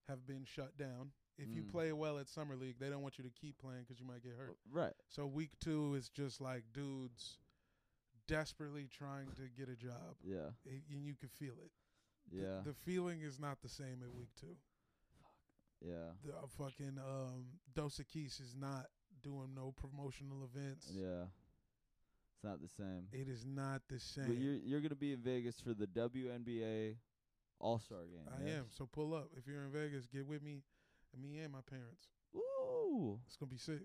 Speaker 1: have been shut down. If you
Speaker 2: Mm.
Speaker 1: play well at Summer League, they don't want you to keep playing 'cause you might get hurt.
Speaker 2: Oh, Right.
Speaker 1: So week two is just like dudes desperately trying to get a job,
Speaker 2: Yeah.
Speaker 1: A- and you can feel it. The-
Speaker 2: Yeah.
Speaker 1: the feeling is not the same at week two.
Speaker 2: yeah.
Speaker 1: the uh, fucking um Dosa Keys is not doing no promotional events.
Speaker 2: Yeah. It's not the same.
Speaker 1: It is not the same.
Speaker 2: But you're you're gonna be in Vegas for the WNBA All Star game.
Speaker 1: I
Speaker 2: yes?
Speaker 1: am. So pull up. If you're in Vegas, get with me and me and my parents.
Speaker 2: Ooh.
Speaker 1: It's gonna be sick.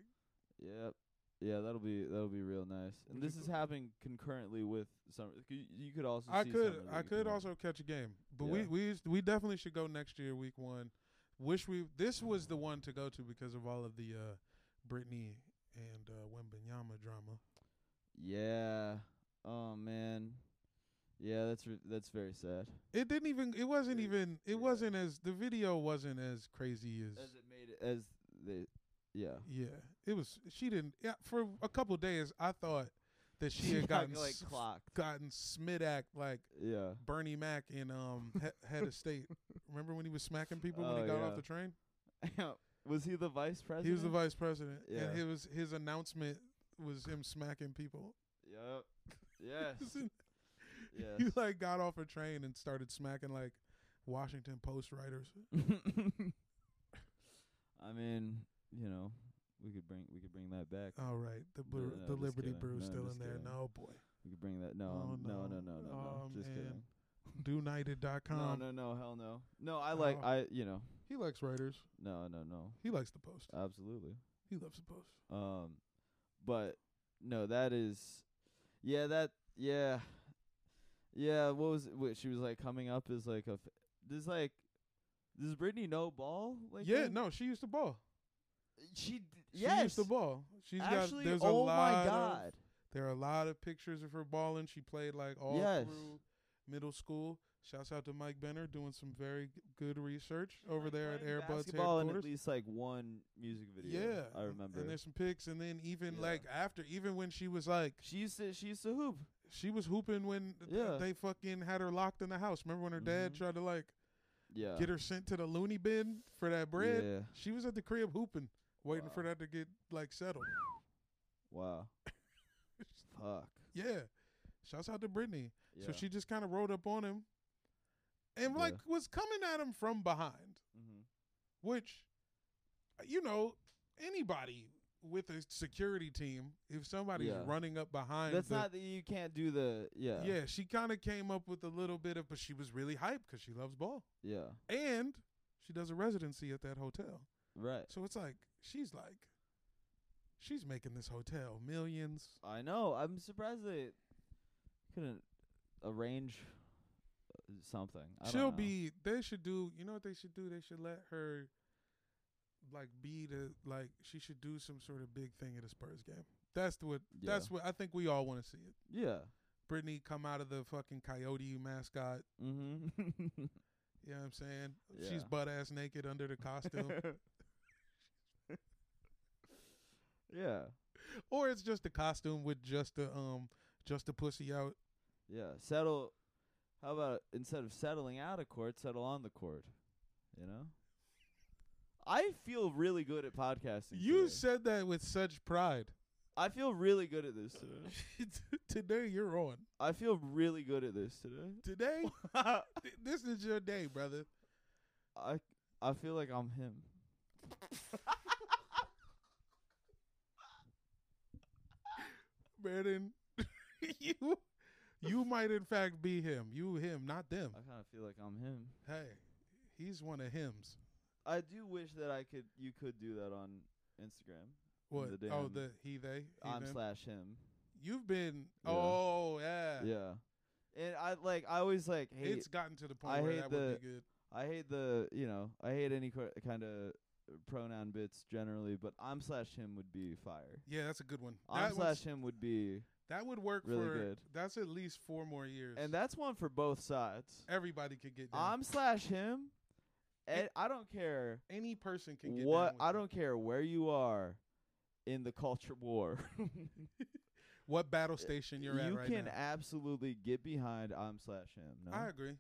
Speaker 2: Yep. Yeah, that'll be that'll be real nice. And
Speaker 1: Would you
Speaker 2: this is
Speaker 1: go-
Speaker 2: happening concurrently with summer. c- You could also.
Speaker 1: I
Speaker 2: see
Speaker 1: could
Speaker 2: Summer
Speaker 1: I
Speaker 2: League
Speaker 1: could
Speaker 2: tomorrow.
Speaker 1: also catch a game. But
Speaker 2: Yeah.
Speaker 1: we we used- we definitely should go next year, week one. Wish we this was the one to go to because of all of the uh Brittany and uh Wembenyama drama.
Speaker 2: Yeah. Oh man. Yeah, that's re- that's very sad.
Speaker 1: It didn't even it wasn't
Speaker 2: It-
Speaker 1: even it
Speaker 2: yeah.
Speaker 1: wasn't as the video wasn't as crazy
Speaker 2: As it made it as they. Yeah.
Speaker 1: Yeah, it was. She didn't. Yeah, for a couple of days, I thought that
Speaker 2: <laughs>
Speaker 1: she had
Speaker 2: got
Speaker 1: gotten
Speaker 2: like
Speaker 1: s-
Speaker 2: clocked.
Speaker 1: gotten Smith act like
Speaker 2: Yeah.
Speaker 1: Bernie Mac in um he- head of
Speaker 2: <laughs>
Speaker 1: state. Remember when he was smacking people when
Speaker 2: Oh,
Speaker 1: he got
Speaker 2: yeah.
Speaker 1: off the train?
Speaker 2: <laughs> was he the vice president?
Speaker 1: He was the vice president,
Speaker 2: Yeah.
Speaker 1: and it was his announcement was him smacking
Speaker 2: <laughs>
Speaker 1: people. <laughs>
Speaker 2: Yep. <laughs> Yes.
Speaker 1: He
Speaker 2: yes.
Speaker 1: like got off a train and started smacking like Washington Post writers.
Speaker 2: <laughs> I mean, you know, we could bring we could bring that back.
Speaker 1: All right, the
Speaker 2: No,
Speaker 1: bru-
Speaker 2: no,
Speaker 1: the
Speaker 2: just
Speaker 1: Liberty
Speaker 2: kidding.
Speaker 1: Brew's
Speaker 2: No,
Speaker 1: still
Speaker 2: just
Speaker 1: in there.
Speaker 2: kidding. <laughs>
Speaker 1: No boy,
Speaker 2: We We could bring that. No,
Speaker 1: Oh,
Speaker 2: um, no, no,
Speaker 1: no.
Speaker 2: no, no, no.
Speaker 1: Oh,
Speaker 2: Just kidding.
Speaker 1: man. donited.com.
Speaker 2: No, no, no. Hell no. No, I like.
Speaker 1: Oh.
Speaker 2: I you know.
Speaker 1: He likes writers.
Speaker 2: No, no, no.
Speaker 1: He likes the post.
Speaker 2: Absolutely.
Speaker 1: He loves the post.
Speaker 2: Um, but no, that is, yeah, that yeah, yeah. What was it? What, she was like coming up as like a f- this like does Brittany know ball? Like
Speaker 1: yeah,
Speaker 2: that?
Speaker 1: no, she used the ball.
Speaker 2: she d-
Speaker 1: She
Speaker 2: yes.
Speaker 1: used the ball. She's
Speaker 2: Actually,
Speaker 1: got there's
Speaker 2: oh
Speaker 1: a lot
Speaker 2: my
Speaker 1: of-
Speaker 2: god,
Speaker 1: there are a lot of pictures of her balling. She played like all
Speaker 2: Yes.
Speaker 1: through middle school. Shouts out to Mike Benner doing some very g- good research over
Speaker 2: Like,
Speaker 1: there at
Speaker 2: playing
Speaker 1: Airbud's
Speaker 2: basketball in at
Speaker 1: headquarters.
Speaker 2: least like one music video.
Speaker 1: Yeah,
Speaker 2: I
Speaker 1: and-
Speaker 2: remember.
Speaker 1: And there's some pics, and then even
Speaker 2: Yeah.
Speaker 1: like after, even when she was like,
Speaker 2: she used to she used to hoop.
Speaker 1: she was hooping when th-
Speaker 2: Yeah.
Speaker 1: they fucking had her locked in the house. Remember when her dad
Speaker 2: Mhm.
Speaker 1: tried to like
Speaker 2: Yeah,
Speaker 1: get her sent to the loony bin for that bread?
Speaker 2: Yeah.
Speaker 1: She was at the crib hooping, waiting for
Speaker 2: Wow.
Speaker 1: that to get like settled. <laughs>
Speaker 2: Wow. Fuck.
Speaker 1: Yeah. Shouts out to Brittany.
Speaker 2: Yeah.
Speaker 1: So she just kind of rode up on him and
Speaker 2: Yeah.
Speaker 1: like was coming at him from behind,
Speaker 2: Mhm.
Speaker 1: which, uh, you know, anybody with a security team, if somebody's
Speaker 2: Yeah.
Speaker 1: running up behind,
Speaker 2: That's
Speaker 1: the-
Speaker 2: not that you can't do the yeah
Speaker 1: Yeah, she kind of came up with a little bit of, but she was really hyped because she loves ball
Speaker 2: yeah
Speaker 1: and she does a residency at that hotel.
Speaker 2: right.
Speaker 1: So it's like she's like, she's making this hotel millions.
Speaker 2: I know. I'm surprised they couldn't arrange uh, something. I don't
Speaker 1: She'll
Speaker 2: know.
Speaker 1: be. They should do. You know what they should do? They should let her, like, be the like. She should do some sort of big thing at a Spurs game. That's what.
Speaker 2: Yeah.
Speaker 1: That's what I think we all want to see it.
Speaker 2: Yeah.
Speaker 1: Brittany come out of the fucking coyote mascot.
Speaker 2: Mm-hmm. <laughs>
Speaker 1: You know what I'm saying? She's
Speaker 2: Yeah.
Speaker 1: butt ass naked under
Speaker 2: <laughs>
Speaker 1: the costume,
Speaker 2: yeah.
Speaker 1: or it's just a costume with just the um just the pussy out.
Speaker 2: Yeah. Settle. How about instead of settling out of court, settle on the court? You know. I feel really good at podcasting.
Speaker 1: You
Speaker 2: today.
Speaker 1: said that with such pride.
Speaker 2: I feel really good at
Speaker 1: <laughs>
Speaker 2: this today.
Speaker 1: today you're on.
Speaker 2: I feel really good at this today. <laughs>
Speaker 1: Today, th- this is your day, brother.
Speaker 2: I I feel like I'm him.
Speaker 1: Brandon, <laughs> you you might in fact be him. You him, not them.
Speaker 2: I kind of feel like I'm him.
Speaker 1: Hey, he's one of hims.
Speaker 2: I do wish that I could. You could do that on Instagram.
Speaker 1: What?
Speaker 2: The
Speaker 1: oh,
Speaker 2: damn-
Speaker 1: the he they. He,
Speaker 2: I'm
Speaker 1: them.
Speaker 2: slash him.
Speaker 1: You've been.
Speaker 2: Yeah.
Speaker 1: Oh yeah.
Speaker 2: Yeah. And I like. I always like hate.
Speaker 1: It's gotten to the point
Speaker 2: I
Speaker 1: where
Speaker 2: hate
Speaker 1: that would
Speaker 2: the-
Speaker 1: be good.
Speaker 2: I hate the. You know. I hate any kind of pronoun bits generally. But I'm slash him would be fire.
Speaker 1: Yeah, that's a good one.
Speaker 2: I'm
Speaker 1: That,
Speaker 2: slash
Speaker 1: one's-
Speaker 2: him would be,
Speaker 1: that would work
Speaker 2: really
Speaker 1: for.
Speaker 2: good.
Speaker 1: That's at least four more years.
Speaker 2: and that's one for both sides.
Speaker 1: everybody could get down.
Speaker 2: I'm slash him. And
Speaker 1: It-
Speaker 2: I don't care
Speaker 1: Any person can get
Speaker 2: what.
Speaker 1: Down with
Speaker 2: I
Speaker 1: it.
Speaker 2: don't care where you are in the culture war.
Speaker 1: What battle station you're at
Speaker 2: <laughs> you
Speaker 1: right
Speaker 2: can
Speaker 1: now.
Speaker 2: absolutely get behind I'm slash him. No?
Speaker 1: I agree.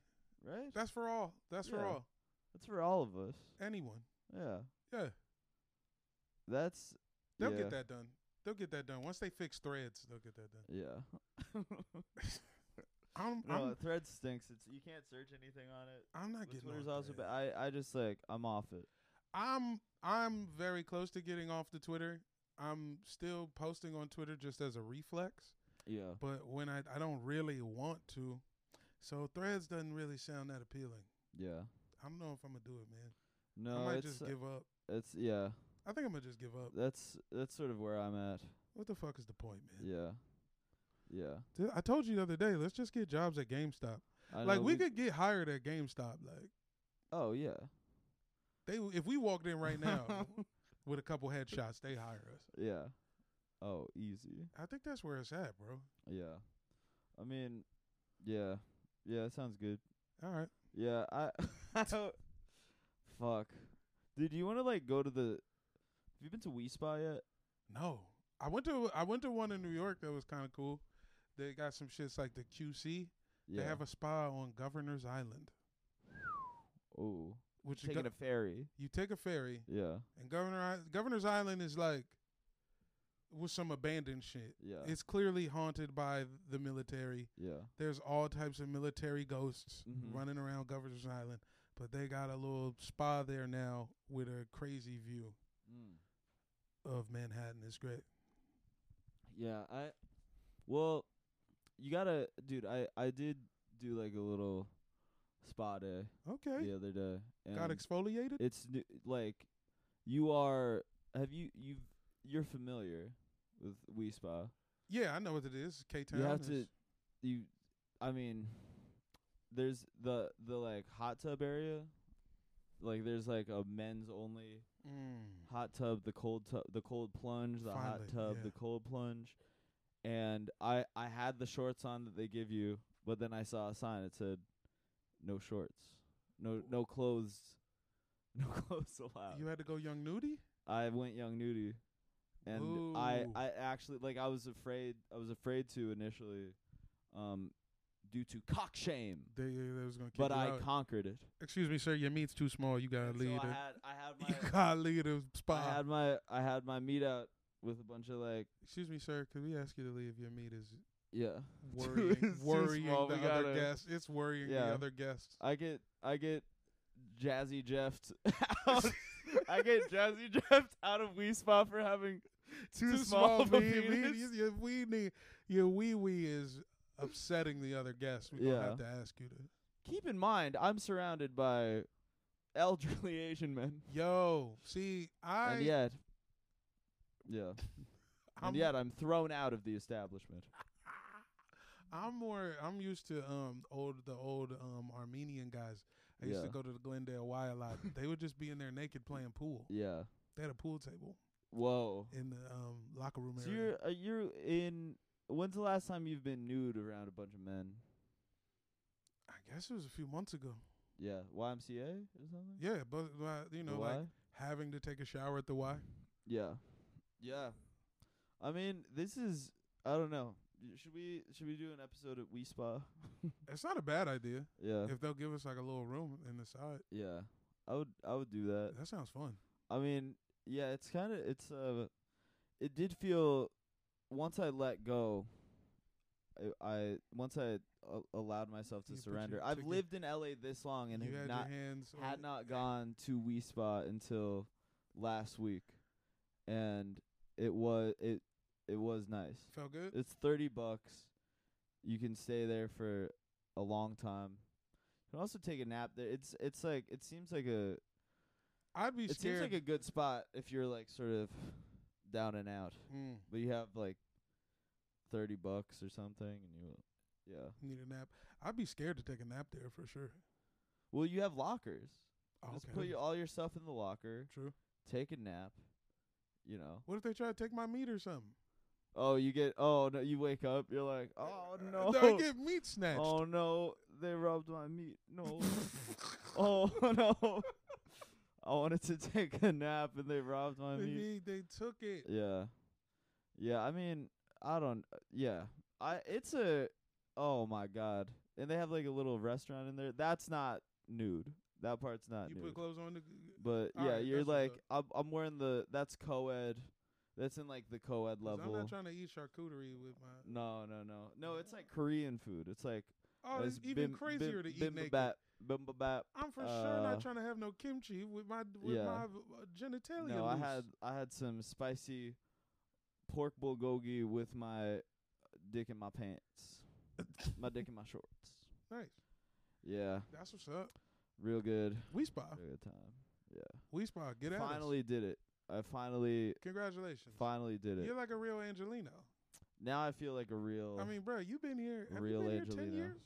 Speaker 2: right?
Speaker 1: That's for all. That's for
Speaker 2: Yeah.
Speaker 1: all.
Speaker 2: That's for all of us.
Speaker 1: Anyone.
Speaker 2: Yeah.
Speaker 1: Yeah.
Speaker 2: That's
Speaker 1: They'll
Speaker 2: yeah.
Speaker 1: get that done. They'll get that done. Once they fix threads, they'll get that done.
Speaker 2: Yeah.
Speaker 1: I'm
Speaker 2: no,
Speaker 1: I'm,
Speaker 2: thread stinks. It's you can't search anything on it.
Speaker 1: I'm not
Speaker 2: That's
Speaker 1: getting
Speaker 2: what is
Speaker 1: on
Speaker 2: also bad.
Speaker 1: Threads.
Speaker 2: I I just like I'm off it.
Speaker 1: I'm I'm very close to getting off the Twitter. I'm still posting on Twitter just as a reflex,
Speaker 2: Yeah.
Speaker 1: but when I I don't really want to. So threads doesn't really sound that appealing.
Speaker 2: Yeah.
Speaker 1: I don't know if I'm gonna do it, man. I
Speaker 2: No,
Speaker 1: might
Speaker 2: it's uh,
Speaker 1: just give up.
Speaker 2: it's yeah.
Speaker 1: I think I'm gonna just give up.
Speaker 2: That's that's sort of where I'm at.
Speaker 1: What the fuck is the point, man?
Speaker 2: Yeah. Yeah.
Speaker 1: Dude, I told you the other day, let's just get jobs at GameStop.
Speaker 2: I
Speaker 1: like
Speaker 2: know
Speaker 1: we, could get hired at GameStop. Like
Speaker 2: Oh yeah.
Speaker 1: they, if we walked in right
Speaker 2: <laughs>
Speaker 1: now with a couple headshots, they hire us.
Speaker 2: yeah. Oh, easy.
Speaker 1: I think that's where it's at, bro.
Speaker 2: Yeah. I mean, yeah. Yeah, that sounds good.
Speaker 1: All right,
Speaker 2: Yeah, I, <laughs> I don't. Fuck, dude. You want to like go to the? Have you been to We Spa yet?
Speaker 1: no, I went to I went to one in New York that was kind of cool. They got some shits like the QC.
Speaker 2: Yeah.
Speaker 1: They have a spa on Governor's Island,
Speaker 2: oh,
Speaker 1: which is
Speaker 2: taking
Speaker 1: go-
Speaker 2: a ferry.
Speaker 1: you take a ferry
Speaker 2: Yeah,
Speaker 1: and Governor I- Governor's Island is like with some abandoned shit.
Speaker 2: yeah,
Speaker 1: It's clearly haunted by the military.
Speaker 2: yeah.
Speaker 1: There's all types of military ghosts
Speaker 2: Mhm.
Speaker 1: running around Governor's Island, but they got a little spa there now with a crazy view
Speaker 2: Mm.
Speaker 1: of Manhattan. It's great.
Speaker 2: Yeah, I. Well, you gotta, dude. I I did do like a little spa day
Speaker 1: Okay.
Speaker 2: the other day. And
Speaker 1: Got exfoliated.
Speaker 2: It's new, like you are. Have you you you're familiar with We Spa?
Speaker 1: yeah, I know what it is. K Town.
Speaker 2: You have to. You, I mean, there's the the like hot tub area. Like there's like a men's only
Speaker 1: Mm.
Speaker 2: hot tub, the cold tub, the cold plunge, the hot
Speaker 1: Finally,
Speaker 2: tub,
Speaker 1: yeah.
Speaker 2: the cold plunge. And I I had the shorts on that they give you, but then I saw a sign that said no shorts. No no clothes. <laughs> No clothes allowed.
Speaker 1: You had to go young nudie.
Speaker 2: I went young nudie. And I
Speaker 1: Ooh.
Speaker 2: I actually like I was afraid I was afraid to initially um due to cock shame.
Speaker 1: They, they was gonna kick
Speaker 2: But
Speaker 1: you
Speaker 2: I
Speaker 1: out.
Speaker 2: conquered it.
Speaker 1: Excuse me, sir. Your meat's too small. You gotta
Speaker 2: And
Speaker 1: leave
Speaker 2: so I
Speaker 1: it.
Speaker 2: had I had
Speaker 1: <laughs> You
Speaker 2: my
Speaker 1: gotta leave the spot.
Speaker 2: I had my I had my meet out with a bunch of like
Speaker 1: Excuse me, sir. Could we ask you to leave? Your meat is
Speaker 2: yeah <laughs> It's
Speaker 1: worrying,
Speaker 2: <laughs> too
Speaker 1: worrying
Speaker 2: small,
Speaker 1: the
Speaker 2: we
Speaker 1: other
Speaker 2: gotta-
Speaker 1: guests. It's worrying
Speaker 2: Yeah.
Speaker 1: the other guests.
Speaker 2: I get I get jazzy jeffed out. <laughs> I get jazzy jeffed out of Wii Spa for having too, small, of a
Speaker 1: wee- wee-
Speaker 2: penis.
Speaker 1: your- Your wee knee- your wee wee is upsetting the other guests. We don't have to
Speaker 2: Yeah.
Speaker 1: ask you to.
Speaker 2: Keep in mind, I'm surrounded by elderly Asian men,
Speaker 1: Yo, see, I
Speaker 2: and yet, yeah,
Speaker 1: I'm, ah,
Speaker 2: and yet uh, I'm thrown out of the establishment.
Speaker 1: I'm more I'm used to um old the old um Armenian guys. I used to
Speaker 2: Yeah.
Speaker 1: go to the Glendale Y a lot. they would just be in there naked playing pool.
Speaker 2: Yeah.
Speaker 1: They had a pool table
Speaker 2: Whoa.
Speaker 1: in the um locker room
Speaker 2: So
Speaker 1: area.
Speaker 2: you're uh, you're in. When's the last time you've been nude around a bunch of men?
Speaker 1: I guess it was a few months ago.
Speaker 2: Yeah, YMCA or something.
Speaker 1: Yeah, but, but you know, like
Speaker 2: Y?
Speaker 1: having to take a shower at the Y.
Speaker 2: Yeah. Yeah. I mean, this is I don't know. Y- Should we should we do an episode at We Spa?
Speaker 1: It's not a bad idea
Speaker 2: <laughs> Yeah.
Speaker 1: if they'll give us like a little room in the side.
Speaker 2: yeah. I would I would do that.
Speaker 1: That sounds fun.
Speaker 2: I mean, yeah, it's kind of it's uh it did feel once I let go I, I once I a- allowed myself to
Speaker 1: You put your-
Speaker 2: surrender. I've
Speaker 1: took your-
Speaker 2: lived in LA this long and
Speaker 1: you
Speaker 2: have
Speaker 1: had
Speaker 2: not
Speaker 1: your hands on
Speaker 2: had
Speaker 1: it.
Speaker 2: not gone to Wii Spot until last week, and it was it it was nice.
Speaker 1: <laughs> felt good.
Speaker 2: It's thirty bucks. You can stay there for a long time. You can also take a nap there. It's it's like it seems like a
Speaker 1: I'd be
Speaker 2: it seems
Speaker 1: scared.
Speaker 2: like a good spot if you're like sort of down and out,
Speaker 1: mm,
Speaker 2: but you have like thirty bucks or something, and you yeah.
Speaker 1: need a nap. I'd be scared to take a nap there for sure.
Speaker 2: Well, you have lockers.
Speaker 1: Oh,
Speaker 2: Just
Speaker 1: okay.
Speaker 2: put your, all your stuff in the locker.
Speaker 1: True.
Speaker 2: Take a nap. You know.
Speaker 1: What if they try to take my meat or something?
Speaker 2: Oh, you get oh no, you wake up, you're like,
Speaker 1: <laughs>
Speaker 2: oh no,
Speaker 1: I Uh, get meat snatched. <laughs>
Speaker 2: oh no, they robbed my meat. No, oh <laughs> no, I wanted to take a nap and they robbed my
Speaker 1: they,
Speaker 2: meat.
Speaker 1: they- they took it.
Speaker 2: Yeah, yeah. I mean, I don't. uh, Yeah, I. It's a. Oh my god, and they have like a little restaurant in there. That's not nude. That part's not
Speaker 1: You
Speaker 2: nude.
Speaker 1: put clothes on. The,
Speaker 2: but
Speaker 1: All
Speaker 2: yeah,
Speaker 1: right,
Speaker 2: you're
Speaker 1: that's what's
Speaker 2: like, I'm, I'm wearing the. That's co-ed. That's in like the co-ed
Speaker 1: 'cause
Speaker 2: level.
Speaker 1: I'm not trying to eat charcuterie with my.
Speaker 2: No, no, no, no. It's like Korean food. It's like
Speaker 1: Oh, it's, even crazier to eat naked.
Speaker 2: bimbabap, bimbabap.
Speaker 1: I'm for sure
Speaker 2: Uh,
Speaker 1: not trying to have no kimchi with my with
Speaker 2: yeah.
Speaker 1: my uh, genitalia.
Speaker 2: No, I
Speaker 1: loose.
Speaker 2: had I had some spicy pork bulgogi with my dick in my
Speaker 1: <laughs>
Speaker 2: pants, my dick in my shorts.
Speaker 1: nice.
Speaker 2: Yeah,
Speaker 1: That's what's up.
Speaker 2: real good,
Speaker 1: We spy.
Speaker 2: real good time. Yeah,
Speaker 1: We spy. Uh, Get out.
Speaker 2: finally did it. I finally,
Speaker 1: Congratulations.
Speaker 2: finally did it.
Speaker 1: You're like a real Angelino.
Speaker 2: Now I feel like a real,
Speaker 1: I mean, bro, you've been here. Have
Speaker 2: Oh.
Speaker 1: you
Speaker 2: Real
Speaker 1: been here ten
Speaker 2: Angelino.
Speaker 1: years?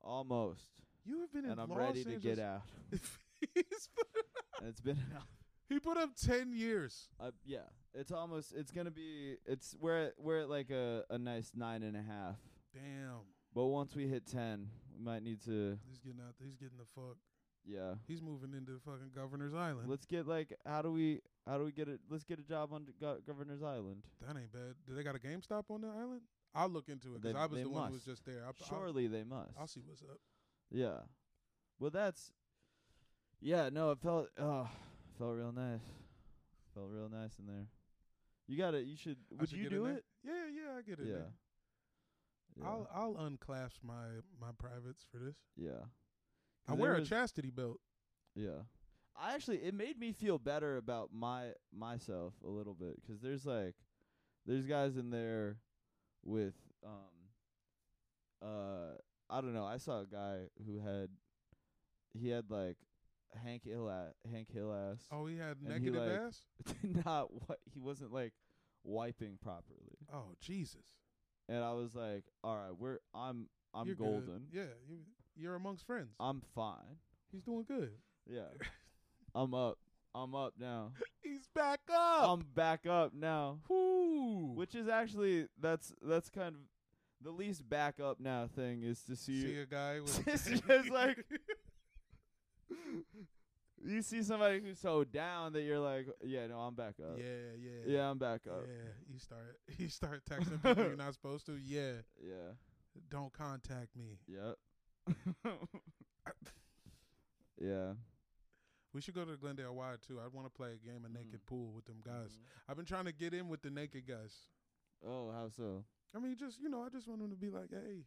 Speaker 2: almost,
Speaker 1: You have been in
Speaker 2: and I'm
Speaker 1: Los
Speaker 2: ready
Speaker 1: Angeles.
Speaker 2: to get
Speaker 1: <laughs>
Speaker 2: out.
Speaker 1: He's put-
Speaker 2: and it's been <laughs> an
Speaker 1: he put up ten years.
Speaker 2: Uh, yeah, it's almost. It's gonna be. It's we're at, we're at like a a nice nine and a half.
Speaker 1: Damn.
Speaker 2: But once we hit ten, we might need to.
Speaker 1: He's getting out. He's getting the fuck.
Speaker 2: Yeah,
Speaker 1: He's moving into fucking Governor's Island.
Speaker 2: let's get like. How do we? How do we get it? Let's get a job on Go- Governor's Island.
Speaker 1: that ain't bad. Do they got a GameStop on the island? I'll look into it
Speaker 2: They-
Speaker 1: because I was
Speaker 2: they
Speaker 1: the one who was just
Speaker 2: must.
Speaker 1: there. I,
Speaker 2: Surely they must.
Speaker 1: I'll, I'll see what's up.
Speaker 2: Yeah, well that's. Yeah, no, it felt. Oh, felt real nice. Felt real nice in there. You got to You should.
Speaker 1: I
Speaker 2: Would
Speaker 1: should
Speaker 2: you
Speaker 1: get in
Speaker 2: do
Speaker 1: there.
Speaker 2: it?
Speaker 1: Yeah, yeah, I get it.
Speaker 2: Yeah.
Speaker 1: man.
Speaker 2: Yeah.
Speaker 1: I'll I'll unclasp my my privates for this.
Speaker 2: yeah.
Speaker 1: I
Speaker 2: 'Cause there
Speaker 1: wear a
Speaker 2: was-
Speaker 1: chastity belt.
Speaker 2: Yeah. I actually it made me feel better about my myself a little bit 'cause there's like there's guys in there with um uh I don't know. I saw a guy who had he had like Hank Hill ass, Hank Hill ass.
Speaker 1: Oh, he had
Speaker 2: he,
Speaker 1: negative
Speaker 2: like-
Speaker 1: ass.
Speaker 2: <laughs> Did not what he wasn't like wiping properly.
Speaker 1: Oh Jesus!
Speaker 2: And I was like, "All right, we're I'm I'm
Speaker 1: You're good.
Speaker 2: golden.
Speaker 1: Yeah, you, you're amongst friends.
Speaker 2: I'm fine.
Speaker 1: He's doing good. <laughs>
Speaker 2: Yeah. I'm up. I'm up now.
Speaker 1: He's back up.
Speaker 2: I'm back up now."
Speaker 1: Whoo!
Speaker 2: Which is actually that's that's kind of the least back up now thing is to see,
Speaker 1: see
Speaker 2: <laughs>
Speaker 1: a guy with <laughs>
Speaker 2: It's just like- you see somebody who's so down that you're like, yeah, no, I'm back up.
Speaker 1: yeah,
Speaker 2: uh, Yeah, Uh,
Speaker 1: yeah,
Speaker 2: I'm back
Speaker 1: yeah.
Speaker 2: up.
Speaker 1: You start <laughs> you start texting people you're not supposed to. Yeah,
Speaker 2: Yeah,
Speaker 1: don't contact me.
Speaker 2: yep.
Speaker 1: <laughs>
Speaker 2: yeah.
Speaker 1: We should go to Glendale Wide too. I want to play a game of naked
Speaker 2: Mm.
Speaker 1: pool with them guys.
Speaker 2: Mm-hmm.
Speaker 1: I've been trying to get in with the naked guys.
Speaker 2: Mhm. Oh, how so?
Speaker 1: I mean, just you know, I just want them to be like, hey,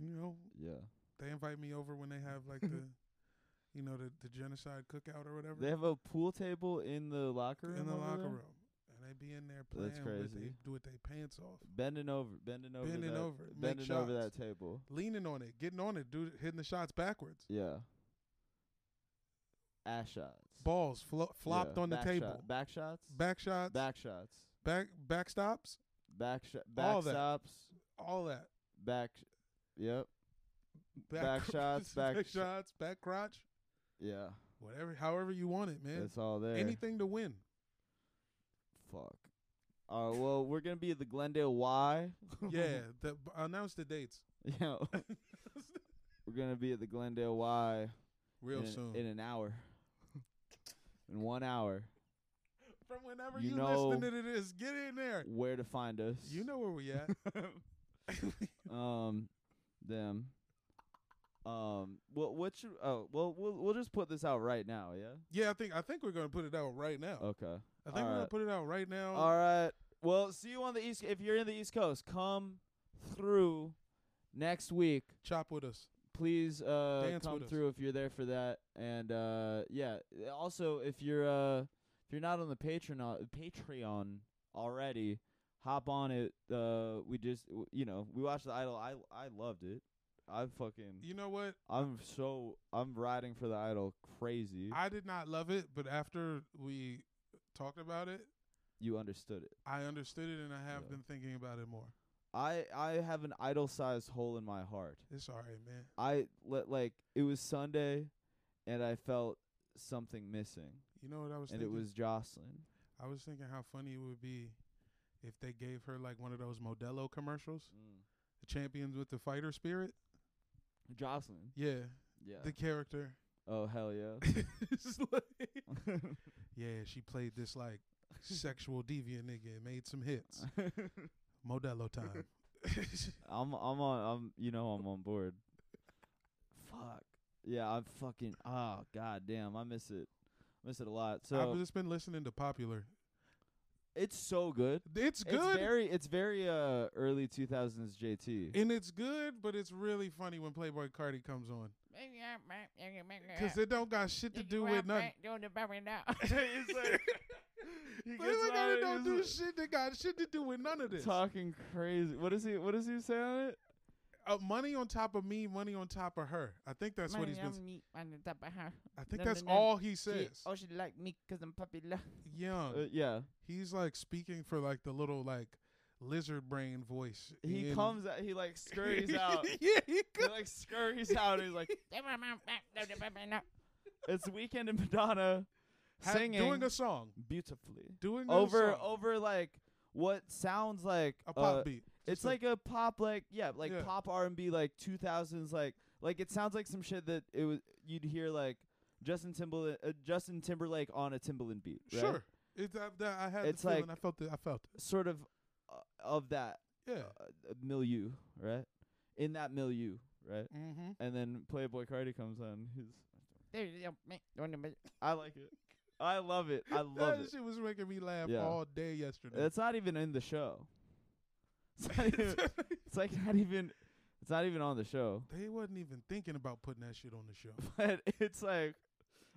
Speaker 1: you know,
Speaker 2: Yeah.
Speaker 1: they invite me over when they have like
Speaker 2: <laughs>
Speaker 1: the, you know, the, the genocide cookout or whatever
Speaker 2: They have a pool table in the locker room.
Speaker 1: in the
Speaker 2: over
Speaker 1: locker
Speaker 2: there?
Speaker 1: room, and they be in there playing
Speaker 2: That's
Speaker 1: with they
Speaker 2: crazy.
Speaker 1: with their pants off,
Speaker 2: Bending over, bending over,
Speaker 1: Bending
Speaker 2: that,
Speaker 1: over, make
Speaker 2: bending over
Speaker 1: shots.
Speaker 2: that table.
Speaker 1: leaning on it, getting on it, dude, hitting the shots backwards,
Speaker 2: Yeah. Ass shots.
Speaker 1: balls flo- flopped
Speaker 2: Yeah.
Speaker 1: on the
Speaker 2: Back
Speaker 1: table,
Speaker 2: shot- back shots.
Speaker 1: back shots, back
Speaker 2: back shots.
Speaker 1: back backstops,
Speaker 2: Back sh-
Speaker 1: All
Speaker 2: back
Speaker 1: that.
Speaker 2: stops.
Speaker 1: all that.
Speaker 2: Back. sh- Yep. Back
Speaker 1: <laughs> cr-
Speaker 2: shots, back sh-
Speaker 1: shots, back crotch,
Speaker 2: Yeah.
Speaker 1: whatever, however you want it, man.
Speaker 2: It's all there.
Speaker 1: Anything to
Speaker 2: <laughs>
Speaker 1: win.
Speaker 2: Fuck. All right. Well, we're gonna be at the Glendale Y.
Speaker 1: <laughs> yeah,
Speaker 2: <laughs>
Speaker 1: the, b- announce the dates
Speaker 2: yeah.
Speaker 1: <laughs>
Speaker 2: we're gonna be at the Glendale Y
Speaker 1: real
Speaker 2: in,
Speaker 1: soon.
Speaker 2: in an hour. in one hour,
Speaker 1: From whenever you,
Speaker 2: you know-
Speaker 1: listening to this, get in there.
Speaker 2: where to find us?
Speaker 1: You know where we
Speaker 2: <laughs>
Speaker 1: at. <laughs>
Speaker 2: Um, them. Um. What? What should? Oh. Well. We'll. We'll just put this out right now. Yeah.
Speaker 1: yeah, I think I think we're gonna put it out right now.
Speaker 2: Okay.
Speaker 1: I think we're gonna
Speaker 2: Oh, alright.
Speaker 1: put it out right now.
Speaker 2: All right. Well, see you on the east. If you're in the East Coast, come through next week.
Speaker 1: Chop with us.
Speaker 2: please uh
Speaker 1: Dance
Speaker 2: come
Speaker 1: with us.
Speaker 2: through if you're there for that and uh yeah also if you're uh if you're not on the patreon patreon already hop on it uh we just w- you know we watched the idol i i loved it i fucking
Speaker 1: You know what?
Speaker 2: i'm so i'm riding for the idol crazy
Speaker 1: I did not love it, but after we talked about it,
Speaker 2: you understood it
Speaker 1: I understood it and I have
Speaker 2: Yeah.
Speaker 1: been thinking about it more.
Speaker 2: i i have an idol sized hole in my heart
Speaker 1: It's alright, man.
Speaker 2: i let like it was sunday and i felt something missing
Speaker 1: You know what I was
Speaker 2: and it
Speaker 1: thinking?
Speaker 2: was jocelyn
Speaker 1: I was thinking how funny it would be if they gave her like one of those Modelo commercials,
Speaker 2: mm.
Speaker 1: the champions with the fighter spirit.
Speaker 2: Jocelyn.
Speaker 1: Yeah,
Speaker 2: Yeah.
Speaker 1: the character. <laughs>
Speaker 2: oh hell yeah.
Speaker 1: It's like- yeah, she played this like sexual deviant nigga and made some
Speaker 2: <laughs>
Speaker 1: hits. Modelo time.
Speaker 2: <laughs> I'm I'm on I'm you know I'm on board. Fuck. Yeah, I'm fucking oh god damn, I miss it. Miss it a lot.
Speaker 1: <laughs> I've
Speaker 2: <laughs> So
Speaker 1: just been listening to popular.
Speaker 2: it's so good.
Speaker 1: It's
Speaker 2: It's
Speaker 1: good
Speaker 2: very it's very uh early 2000s <laughs> JT.
Speaker 1: and it's good, but it's really funny when Playboy Cardi comes on because it don't got shit to do with nothing.
Speaker 4: Doing the very now.
Speaker 2: It's like- <laughs> he gets
Speaker 1: Playboy
Speaker 2: on
Speaker 1: Cardi
Speaker 2: it,
Speaker 1: don't do
Speaker 2: he's
Speaker 1: shit that got shit to do with none of this.
Speaker 2: Talking crazy. What is he what does he say on it?
Speaker 1: Uh, money on top of me, money on top of her. I think
Speaker 4: <laughs>
Speaker 1: that's what he's been.
Speaker 4: meat on the top of her.
Speaker 1: I think
Speaker 4: No,
Speaker 1: that's
Speaker 4: no, no.
Speaker 1: all he
Speaker 4: She,
Speaker 1: says.
Speaker 4: oh, she like me 'cause I'm popular. <laughs>
Speaker 1: Young.
Speaker 2: Uh, yeah.
Speaker 1: He's like speaking for like the little like lizard brain voice.
Speaker 2: He
Speaker 1: in- <laughs>
Speaker 2: comes out he like scurries out.
Speaker 1: yeah, he
Speaker 2: he
Speaker 1: comes.
Speaker 2: like scurries out and he's like
Speaker 4: Doing
Speaker 1: <laughs>
Speaker 2: It's Weekend and Madonna
Speaker 1: Ha-
Speaker 2: singing
Speaker 1: doing a song,
Speaker 2: beautifully
Speaker 1: doing a
Speaker 2: over
Speaker 1: song.
Speaker 2: over like what sounds like
Speaker 1: a pop
Speaker 2: uh,
Speaker 1: beat.
Speaker 2: It's
Speaker 1: Just a-
Speaker 2: like a pop like yeah like
Speaker 1: Yeah.
Speaker 2: pop R and B like two thousands like like it sounds like some shit that it was you'd hear like Justin Timberlake uh, Justin Timberlake on a Timbaland beat right?
Speaker 1: sure. It's I, that I had
Speaker 2: It's
Speaker 1: the feeling.
Speaker 2: like-
Speaker 1: I felt it. I felt it.
Speaker 2: sort of uh, of that
Speaker 1: Yeah.
Speaker 2: uh, milieu right in that milieu right
Speaker 1: mm-hmm.
Speaker 2: and then Playboy Cardi comes on his
Speaker 4: the very-
Speaker 2: I like it I love it
Speaker 1: <laughs>
Speaker 2: I love
Speaker 1: That
Speaker 2: it
Speaker 1: shit was making me laugh
Speaker 2: Yeah.
Speaker 1: all day yesterday. <laughs>
Speaker 2: <laughs> It's not even in the show. <laughs> It's, not even, it's like not even. It's not even on the show. <laughs>
Speaker 1: they wasn't even thinking about putting that shit on the show.
Speaker 2: But it's like,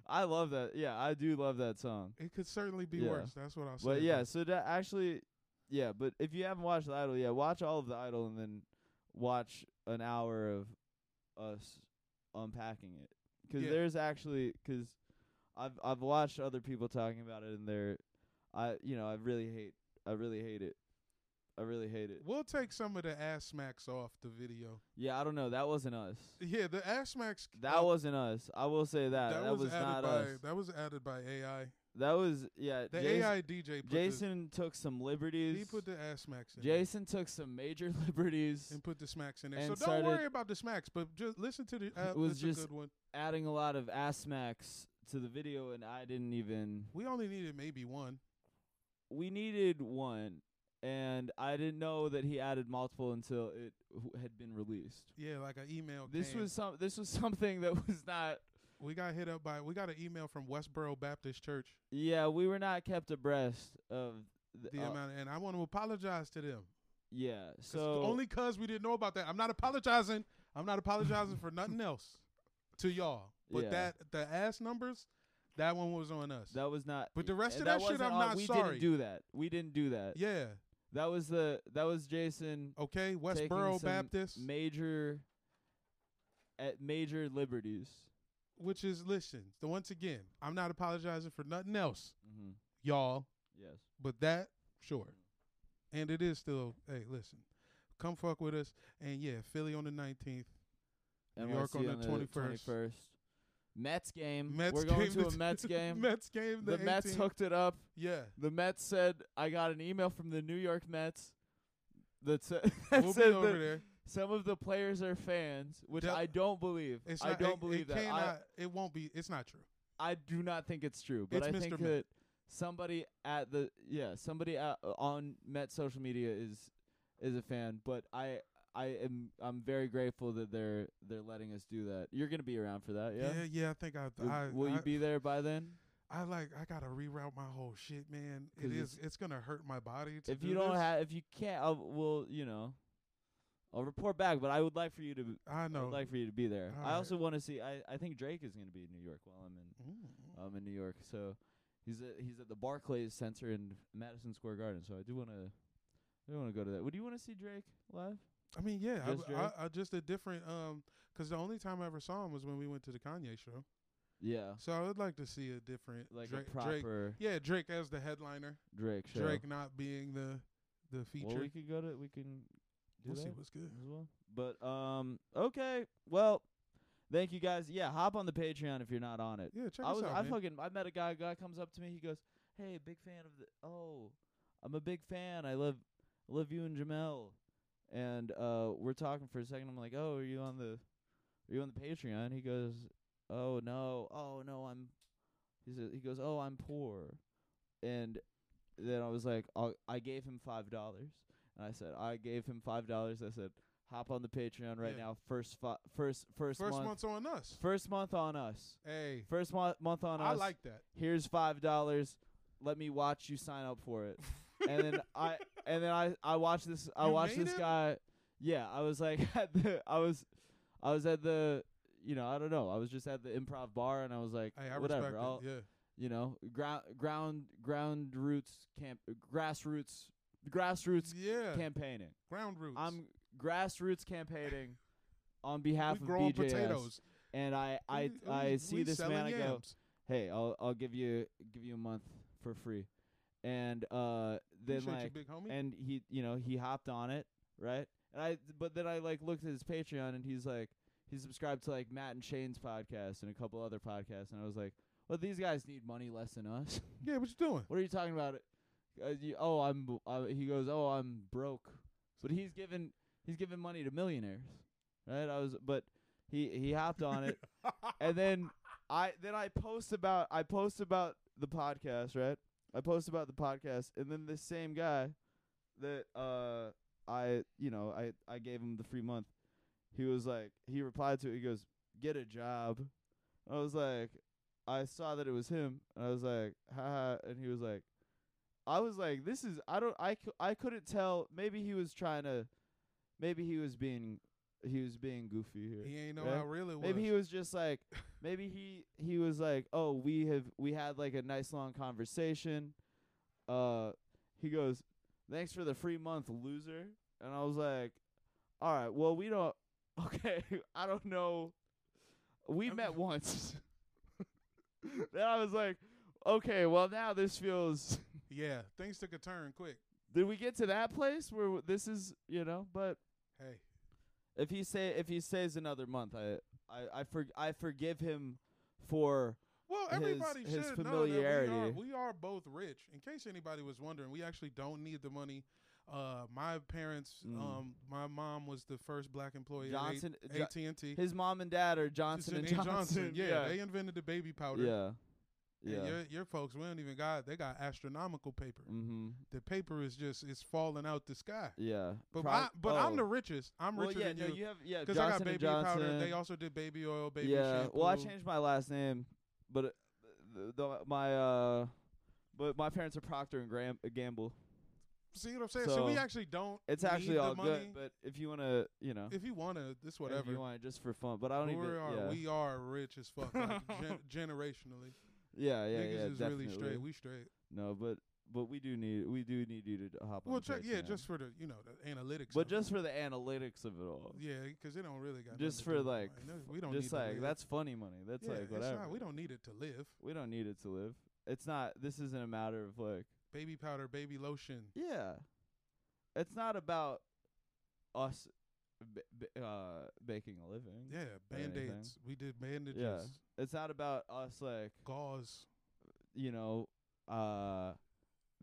Speaker 2: I love that. Yeah, I do love that song.
Speaker 1: It could certainly be
Speaker 2: Yeah.
Speaker 1: worse. That's what I'll say.
Speaker 2: But yeah, so that actually, yeah. But if you haven't watched the Idol, yeah, watch all of the Idol and then watch an hour of us unpacking it. 'Cause
Speaker 1: Yeah.
Speaker 2: there's actually because I've I've watched other people talking about it and they're I you know I really hate I really hate it I really hate it.
Speaker 1: We'll take some of the ass smacks off the video.
Speaker 2: Yeah, I don't know. That wasn't us.
Speaker 1: Yeah, the ass smacks. oh,
Speaker 2: That wasn't us. I will say that. That, was,
Speaker 1: added
Speaker 2: not
Speaker 1: by
Speaker 2: us.
Speaker 1: that was added by AI.
Speaker 2: That was yeah.
Speaker 1: The
Speaker 2: Jason,
Speaker 1: AI DJ put
Speaker 2: Jason took some
Speaker 1: the,
Speaker 2: liberties.
Speaker 1: he put the ass smacks in. there
Speaker 2: Jason took some major <laughs> liberties,
Speaker 1: And put the smacks in there. So don't
Speaker 2: and started-
Speaker 1: worry about the smacks, but just listen to the. Uh,
Speaker 2: It was
Speaker 1: it's
Speaker 2: just-
Speaker 1: a good one.
Speaker 2: adding a lot of ass smacks to the video, and I didn't even.
Speaker 1: We only needed maybe one.
Speaker 2: We needed one, and I didn't know that he added multiple until it w- had been released.
Speaker 1: Yeah, like an email.
Speaker 2: This
Speaker 1: came.
Speaker 2: was some. This was <laughs> something that was not.
Speaker 1: We got hit up by. We got an email from Westboro Baptist Church.
Speaker 2: Yeah, we were not kept abreast of. The,
Speaker 1: The
Speaker 2: uh,
Speaker 1: amount, and I want to apologize to them.
Speaker 2: yeah,
Speaker 1: 'Cause
Speaker 2: so
Speaker 1: only cause we didn't know about that. I'm not apologizing. I'm not apologizing for
Speaker 2: <laughs>
Speaker 1: nothing else to y'all. But
Speaker 2: Yeah.
Speaker 1: that the ass numbers, that one was on us.
Speaker 2: that was not.
Speaker 1: But the rest
Speaker 2: and
Speaker 1: of that shit,
Speaker 2: wasn't
Speaker 1: I'm
Speaker 2: all-
Speaker 1: not
Speaker 2: we
Speaker 1: sorry.
Speaker 2: didn't do that. We didn't do that.
Speaker 1: yeah.
Speaker 2: That was the. That was Jason
Speaker 1: Okay.
Speaker 2: taking
Speaker 1: Westboro
Speaker 2: some
Speaker 1: Baptist,
Speaker 2: major at major liberties.
Speaker 1: which is listen. The once again, I'm not apologizing for nothing else,
Speaker 2: Mm-hmm.
Speaker 1: y'all.
Speaker 2: Yes.
Speaker 1: But that, sure. And it is still, hey, listen, come fuck with us. And yeah, Philly on the 19th. New York on
Speaker 2: NYC
Speaker 1: the 21st.
Speaker 2: 21st. Mets game.
Speaker 1: Mets
Speaker 2: We're
Speaker 1: game
Speaker 2: going to
Speaker 1: the-
Speaker 2: a Mets
Speaker 1: <laughs>
Speaker 2: game.
Speaker 1: Mets game.
Speaker 2: the
Speaker 1: The,
Speaker 2: Mets
Speaker 1: 18th.
Speaker 2: hooked it up.
Speaker 1: Yeah.
Speaker 2: The Mets said, "I got an email from the New York Mets that, sa- <laughs> <laughs> that
Speaker 1: We'll be
Speaker 2: said
Speaker 1: over
Speaker 2: that
Speaker 1: there.
Speaker 2: some of the players are fans," which
Speaker 1: Del-
Speaker 2: I don't believe.
Speaker 1: It's
Speaker 2: I
Speaker 1: not-
Speaker 2: don't
Speaker 1: it,
Speaker 2: believe
Speaker 1: it
Speaker 2: that. I,
Speaker 1: cannot- it won't be. It's not true.
Speaker 2: I do not think it's true, but
Speaker 1: It's
Speaker 2: I
Speaker 1: Mr.
Speaker 2: think
Speaker 1: Met.
Speaker 2: that somebody at the yeah somebody at, on Met social media is is a fan. But I I am I'm very grateful that they're they're letting us do that. You're gonna be around for that, yeah?
Speaker 1: yeah, I think I.
Speaker 2: Will-
Speaker 1: I
Speaker 2: Will
Speaker 1: I,
Speaker 2: you be there by then?
Speaker 1: I like. I gotta reroute my whole shit, man.
Speaker 2: 'Cause
Speaker 1: It is. It's, gonna hurt my body. To
Speaker 2: If
Speaker 1: do
Speaker 2: you don't
Speaker 1: this.
Speaker 2: have if you can't, I'll, well you know. I'll report back, but I would like for you to b-
Speaker 1: I
Speaker 2: I
Speaker 1: know.
Speaker 2: would like for you to be there. I
Speaker 1: Alright.
Speaker 2: also want to see. I, I think Drake is going to be in New York while I'm in
Speaker 1: Mm.
Speaker 2: um, in New York. So he's at he's at the Barclays Center in Madison Square Garden. So I do want to I do want to go to that. Would you want to see Drake live?
Speaker 1: I mean, yeah. I
Speaker 2: Just
Speaker 1: w- I, I, just a different. Um, 'cause the only time I ever saw him was when we went to the Kanye show.
Speaker 2: Yeah,
Speaker 1: So I would like to see a different
Speaker 2: Oh. like
Speaker 1: Drake,
Speaker 2: a
Speaker 1: Drake.
Speaker 2: proper
Speaker 1: Yeah, Drake as the headliner.
Speaker 2: Drake, show.
Speaker 1: Drake not being the the feature.
Speaker 2: Well, we could go to we can do
Speaker 1: will
Speaker 2: that
Speaker 1: see what's good.
Speaker 2: as well. But um, okay, well, thank you guys. Yeah, hop on the Patreon if you're not on it.
Speaker 1: Yeah, check
Speaker 2: I
Speaker 1: us
Speaker 2: was
Speaker 1: out,
Speaker 2: I
Speaker 1: man.
Speaker 2: fucking I met a guy. Guy comes up to me. He goes, "Hey, big fan of the. Oh, I'm a big fan. I love I love you and Jamel." And uh, we're talking for a second. I'm like, "Oh, are you on the are you on the Patreon?" He goes, "Oh no, oh no, I'm." He says, "He goes, oh, I'm poor," and then I was like, I'll, "I gave him five dollars." And I said, "I gave him five dollars." I said, "Hop on the Patreon right
Speaker 1: Yeah.
Speaker 2: now. First, fi- first, first,
Speaker 1: First
Speaker 2: month,
Speaker 1: month's on us.
Speaker 2: first month on us."
Speaker 1: Hey,
Speaker 2: First mo- month on
Speaker 1: I
Speaker 2: us.
Speaker 1: like that.
Speaker 2: Here's five dollars. Let me watch you sign up for it. and
Speaker 1: <laughs>
Speaker 2: then I and then I I watched this I
Speaker 1: You
Speaker 2: watched
Speaker 1: made
Speaker 2: this
Speaker 1: it?
Speaker 2: guy. Yeah, I was like <laughs> at the I was I was at the you know I don't know I was just at the improv bar and I was like
Speaker 1: Hey, I
Speaker 2: whatever
Speaker 1: respect
Speaker 2: I'll
Speaker 1: it. Yeah.
Speaker 2: you know ground ground ground roots camp grassroots grassroots
Speaker 1: yeah.
Speaker 2: campaigning.
Speaker 1: ground roots.
Speaker 2: I'm grassroots campaigning on behalf
Speaker 1: we
Speaker 2: of
Speaker 1: growing
Speaker 2: BJS
Speaker 1: potatoes.
Speaker 2: and I I
Speaker 1: We-
Speaker 2: I
Speaker 1: we-
Speaker 2: see
Speaker 1: we
Speaker 2: this man
Speaker 1: selling
Speaker 2: I go
Speaker 1: yams.
Speaker 2: hey, I'll I'll give you give you a month for free, and uh, then
Speaker 1: Appreciate you,
Speaker 2: like,
Speaker 1: big homie.
Speaker 2: and he you know he hopped on it right, and I but then I like looked at his Patreon and he's like he subscribed to like Matt and Shane's podcast and a couple other podcasts, and I was like, well these guys need money less than us. <laughs>
Speaker 1: yeah, what you doing?
Speaker 2: what are you talking about? Uh, you, oh, I'm b- uh, he goes, oh I'm broke, but he's given he's given money to millionaires, right? I was but he he hopped
Speaker 1: <laughs>
Speaker 2: on it and then I then I post about I post about the podcast, right? I post about the podcast, and then this same guy that uh I you know I I gave him the free month. He was like he replied to it. He goes, "Get a job." I was like, I saw that it was him, and I was like, "Ha!" And he was like, I was like, "This is I don't I cou- I couldn't tell. Maybe he was trying to, maybe he was being he was being goofy here.
Speaker 1: <laughs> he ain't know
Speaker 2: right?
Speaker 1: how real it was.
Speaker 2: Maybe he was just like, maybe he he was like, oh, we have we had like a nice long conversation. Uh, he goes, thanks for the free month, loser. And I was like, All right. Well, we don't. <laughs> Okay. I don't know. We
Speaker 1: I'm-
Speaker 2: met once. <laughs> then I was like, okay. Well, now this feels. <laughs>
Speaker 1: Yeah, things took a turn quick.
Speaker 2: Did we get to that place where w- this is? You know, but
Speaker 1: Hey,
Speaker 2: if he say if he stays another month, I I I, for, I forgive him for
Speaker 1: well,
Speaker 2: His-
Speaker 1: everybody
Speaker 2: his
Speaker 1: should know that we are,
Speaker 2: familiarity.
Speaker 1: we are both rich. In case anybody was wondering, we actually don't need the money. Uh, my parents,
Speaker 2: Mm.
Speaker 1: um, my mom was the first black employee
Speaker 2: Johnson.
Speaker 1: at
Speaker 2: Jo-
Speaker 1: AT and T.
Speaker 2: his mom and dad are Johnson and Johnson. <laughs>
Speaker 1: Yeah,
Speaker 2: Yeah.
Speaker 1: they invented the baby powder.
Speaker 2: yeah.
Speaker 1: And
Speaker 2: Yeah.
Speaker 1: your, your folks, we don't even got. They got astronomical paper.
Speaker 2: Mm-hmm.
Speaker 1: The paper is just it's falling out the sky.
Speaker 2: Yeah.
Speaker 1: But
Speaker 2: Pro-
Speaker 1: I, but I'm
Speaker 2: oh.
Speaker 1: the richest. I'm
Speaker 2: well,
Speaker 1: richer
Speaker 2: yeah,
Speaker 1: than
Speaker 2: no,
Speaker 1: you.
Speaker 2: you have yeah.
Speaker 1: Because
Speaker 2: Johnson
Speaker 1: I got baby
Speaker 2: and Johnson.
Speaker 1: powder. They also did baby oil, baby
Speaker 2: yeah.
Speaker 1: shampoo.
Speaker 2: Well, I changed my last name, but uh, the, the, my uh, but my parents are Procter and Gram- Gamble.
Speaker 1: See what I'm saying? So, we
Speaker 2: So,
Speaker 1: actually don't.
Speaker 2: It's
Speaker 1: need
Speaker 2: actually
Speaker 1: the
Speaker 2: all
Speaker 1: money.
Speaker 2: good, but if you wanna, you know,
Speaker 1: if you wanna, this
Speaker 2: if
Speaker 1: whatever.
Speaker 2: you want it just for fun. But I don't
Speaker 1: we
Speaker 2: even.
Speaker 1: are
Speaker 2: yeah.
Speaker 1: we are rich as fuck,
Speaker 2: <laughs>
Speaker 1: like, gen- generationally.
Speaker 2: yeah, yeah,
Speaker 1: Niggas
Speaker 2: yeah,
Speaker 1: is
Speaker 2: definitely.
Speaker 1: really straight. We straight.
Speaker 2: no, but but we do need we do need you to d- hop on.
Speaker 1: Well,
Speaker 2: the
Speaker 1: check.
Speaker 2: train,
Speaker 1: Yeah, just for the you know the analytics.
Speaker 2: but
Speaker 1: of it.
Speaker 2: just for the analytics of it all.
Speaker 1: yeah, because they don't really got. nothing
Speaker 2: Just
Speaker 1: to
Speaker 2: for
Speaker 1: do with
Speaker 2: like,
Speaker 1: money. No, we don't
Speaker 2: just
Speaker 1: need to
Speaker 2: like
Speaker 1: live.
Speaker 2: that's funny money. That's
Speaker 1: yeah,
Speaker 2: like
Speaker 1: it's
Speaker 2: whatever.
Speaker 1: Not, we don't need it to live.
Speaker 2: we don't need it to live. It's not. This isn't a matter of like.
Speaker 1: Baby powder, baby lotion.
Speaker 2: Yeah, it's not about us b- b- uh, making a living.
Speaker 1: Yeah,
Speaker 2: anything.
Speaker 1: band aids. We did bandages,
Speaker 2: It's not about us like
Speaker 1: gauze.
Speaker 2: you know, uh,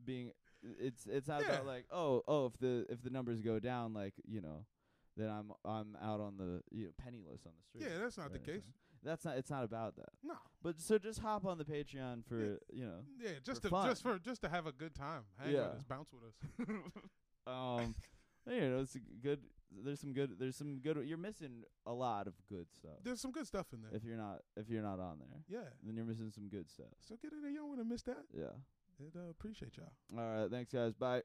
Speaker 2: being. It's it's not
Speaker 1: Yeah.
Speaker 2: about like oh oh if the if the numbers go down like you know, then I'm I'm out on the you know penniless on the street.
Speaker 1: Yeah, that's not
Speaker 2: or
Speaker 1: the
Speaker 2: anything.
Speaker 1: case.
Speaker 2: That's not. It's not about that.
Speaker 1: No.
Speaker 2: But so just hop on the Patreon for you know.
Speaker 1: <laughs> Yeah, just
Speaker 2: For
Speaker 1: to just
Speaker 2: fun.
Speaker 1: for just to have a good time. Hang
Speaker 2: Yeah.
Speaker 1: with us, bounce with us.
Speaker 2: Um, you know, it's a g- good. There's some good. There's some good. You're missing a lot of good stuff.
Speaker 1: There's some good stuff in there.
Speaker 2: If you're not, if you're not on there,
Speaker 1: yeah.
Speaker 2: then you're missing some good stuff.
Speaker 1: So get in there. You don't want to miss that.
Speaker 2: Yeah.
Speaker 1: And uh, appreciate y'all.
Speaker 2: All right. Thanks, guys. Bye.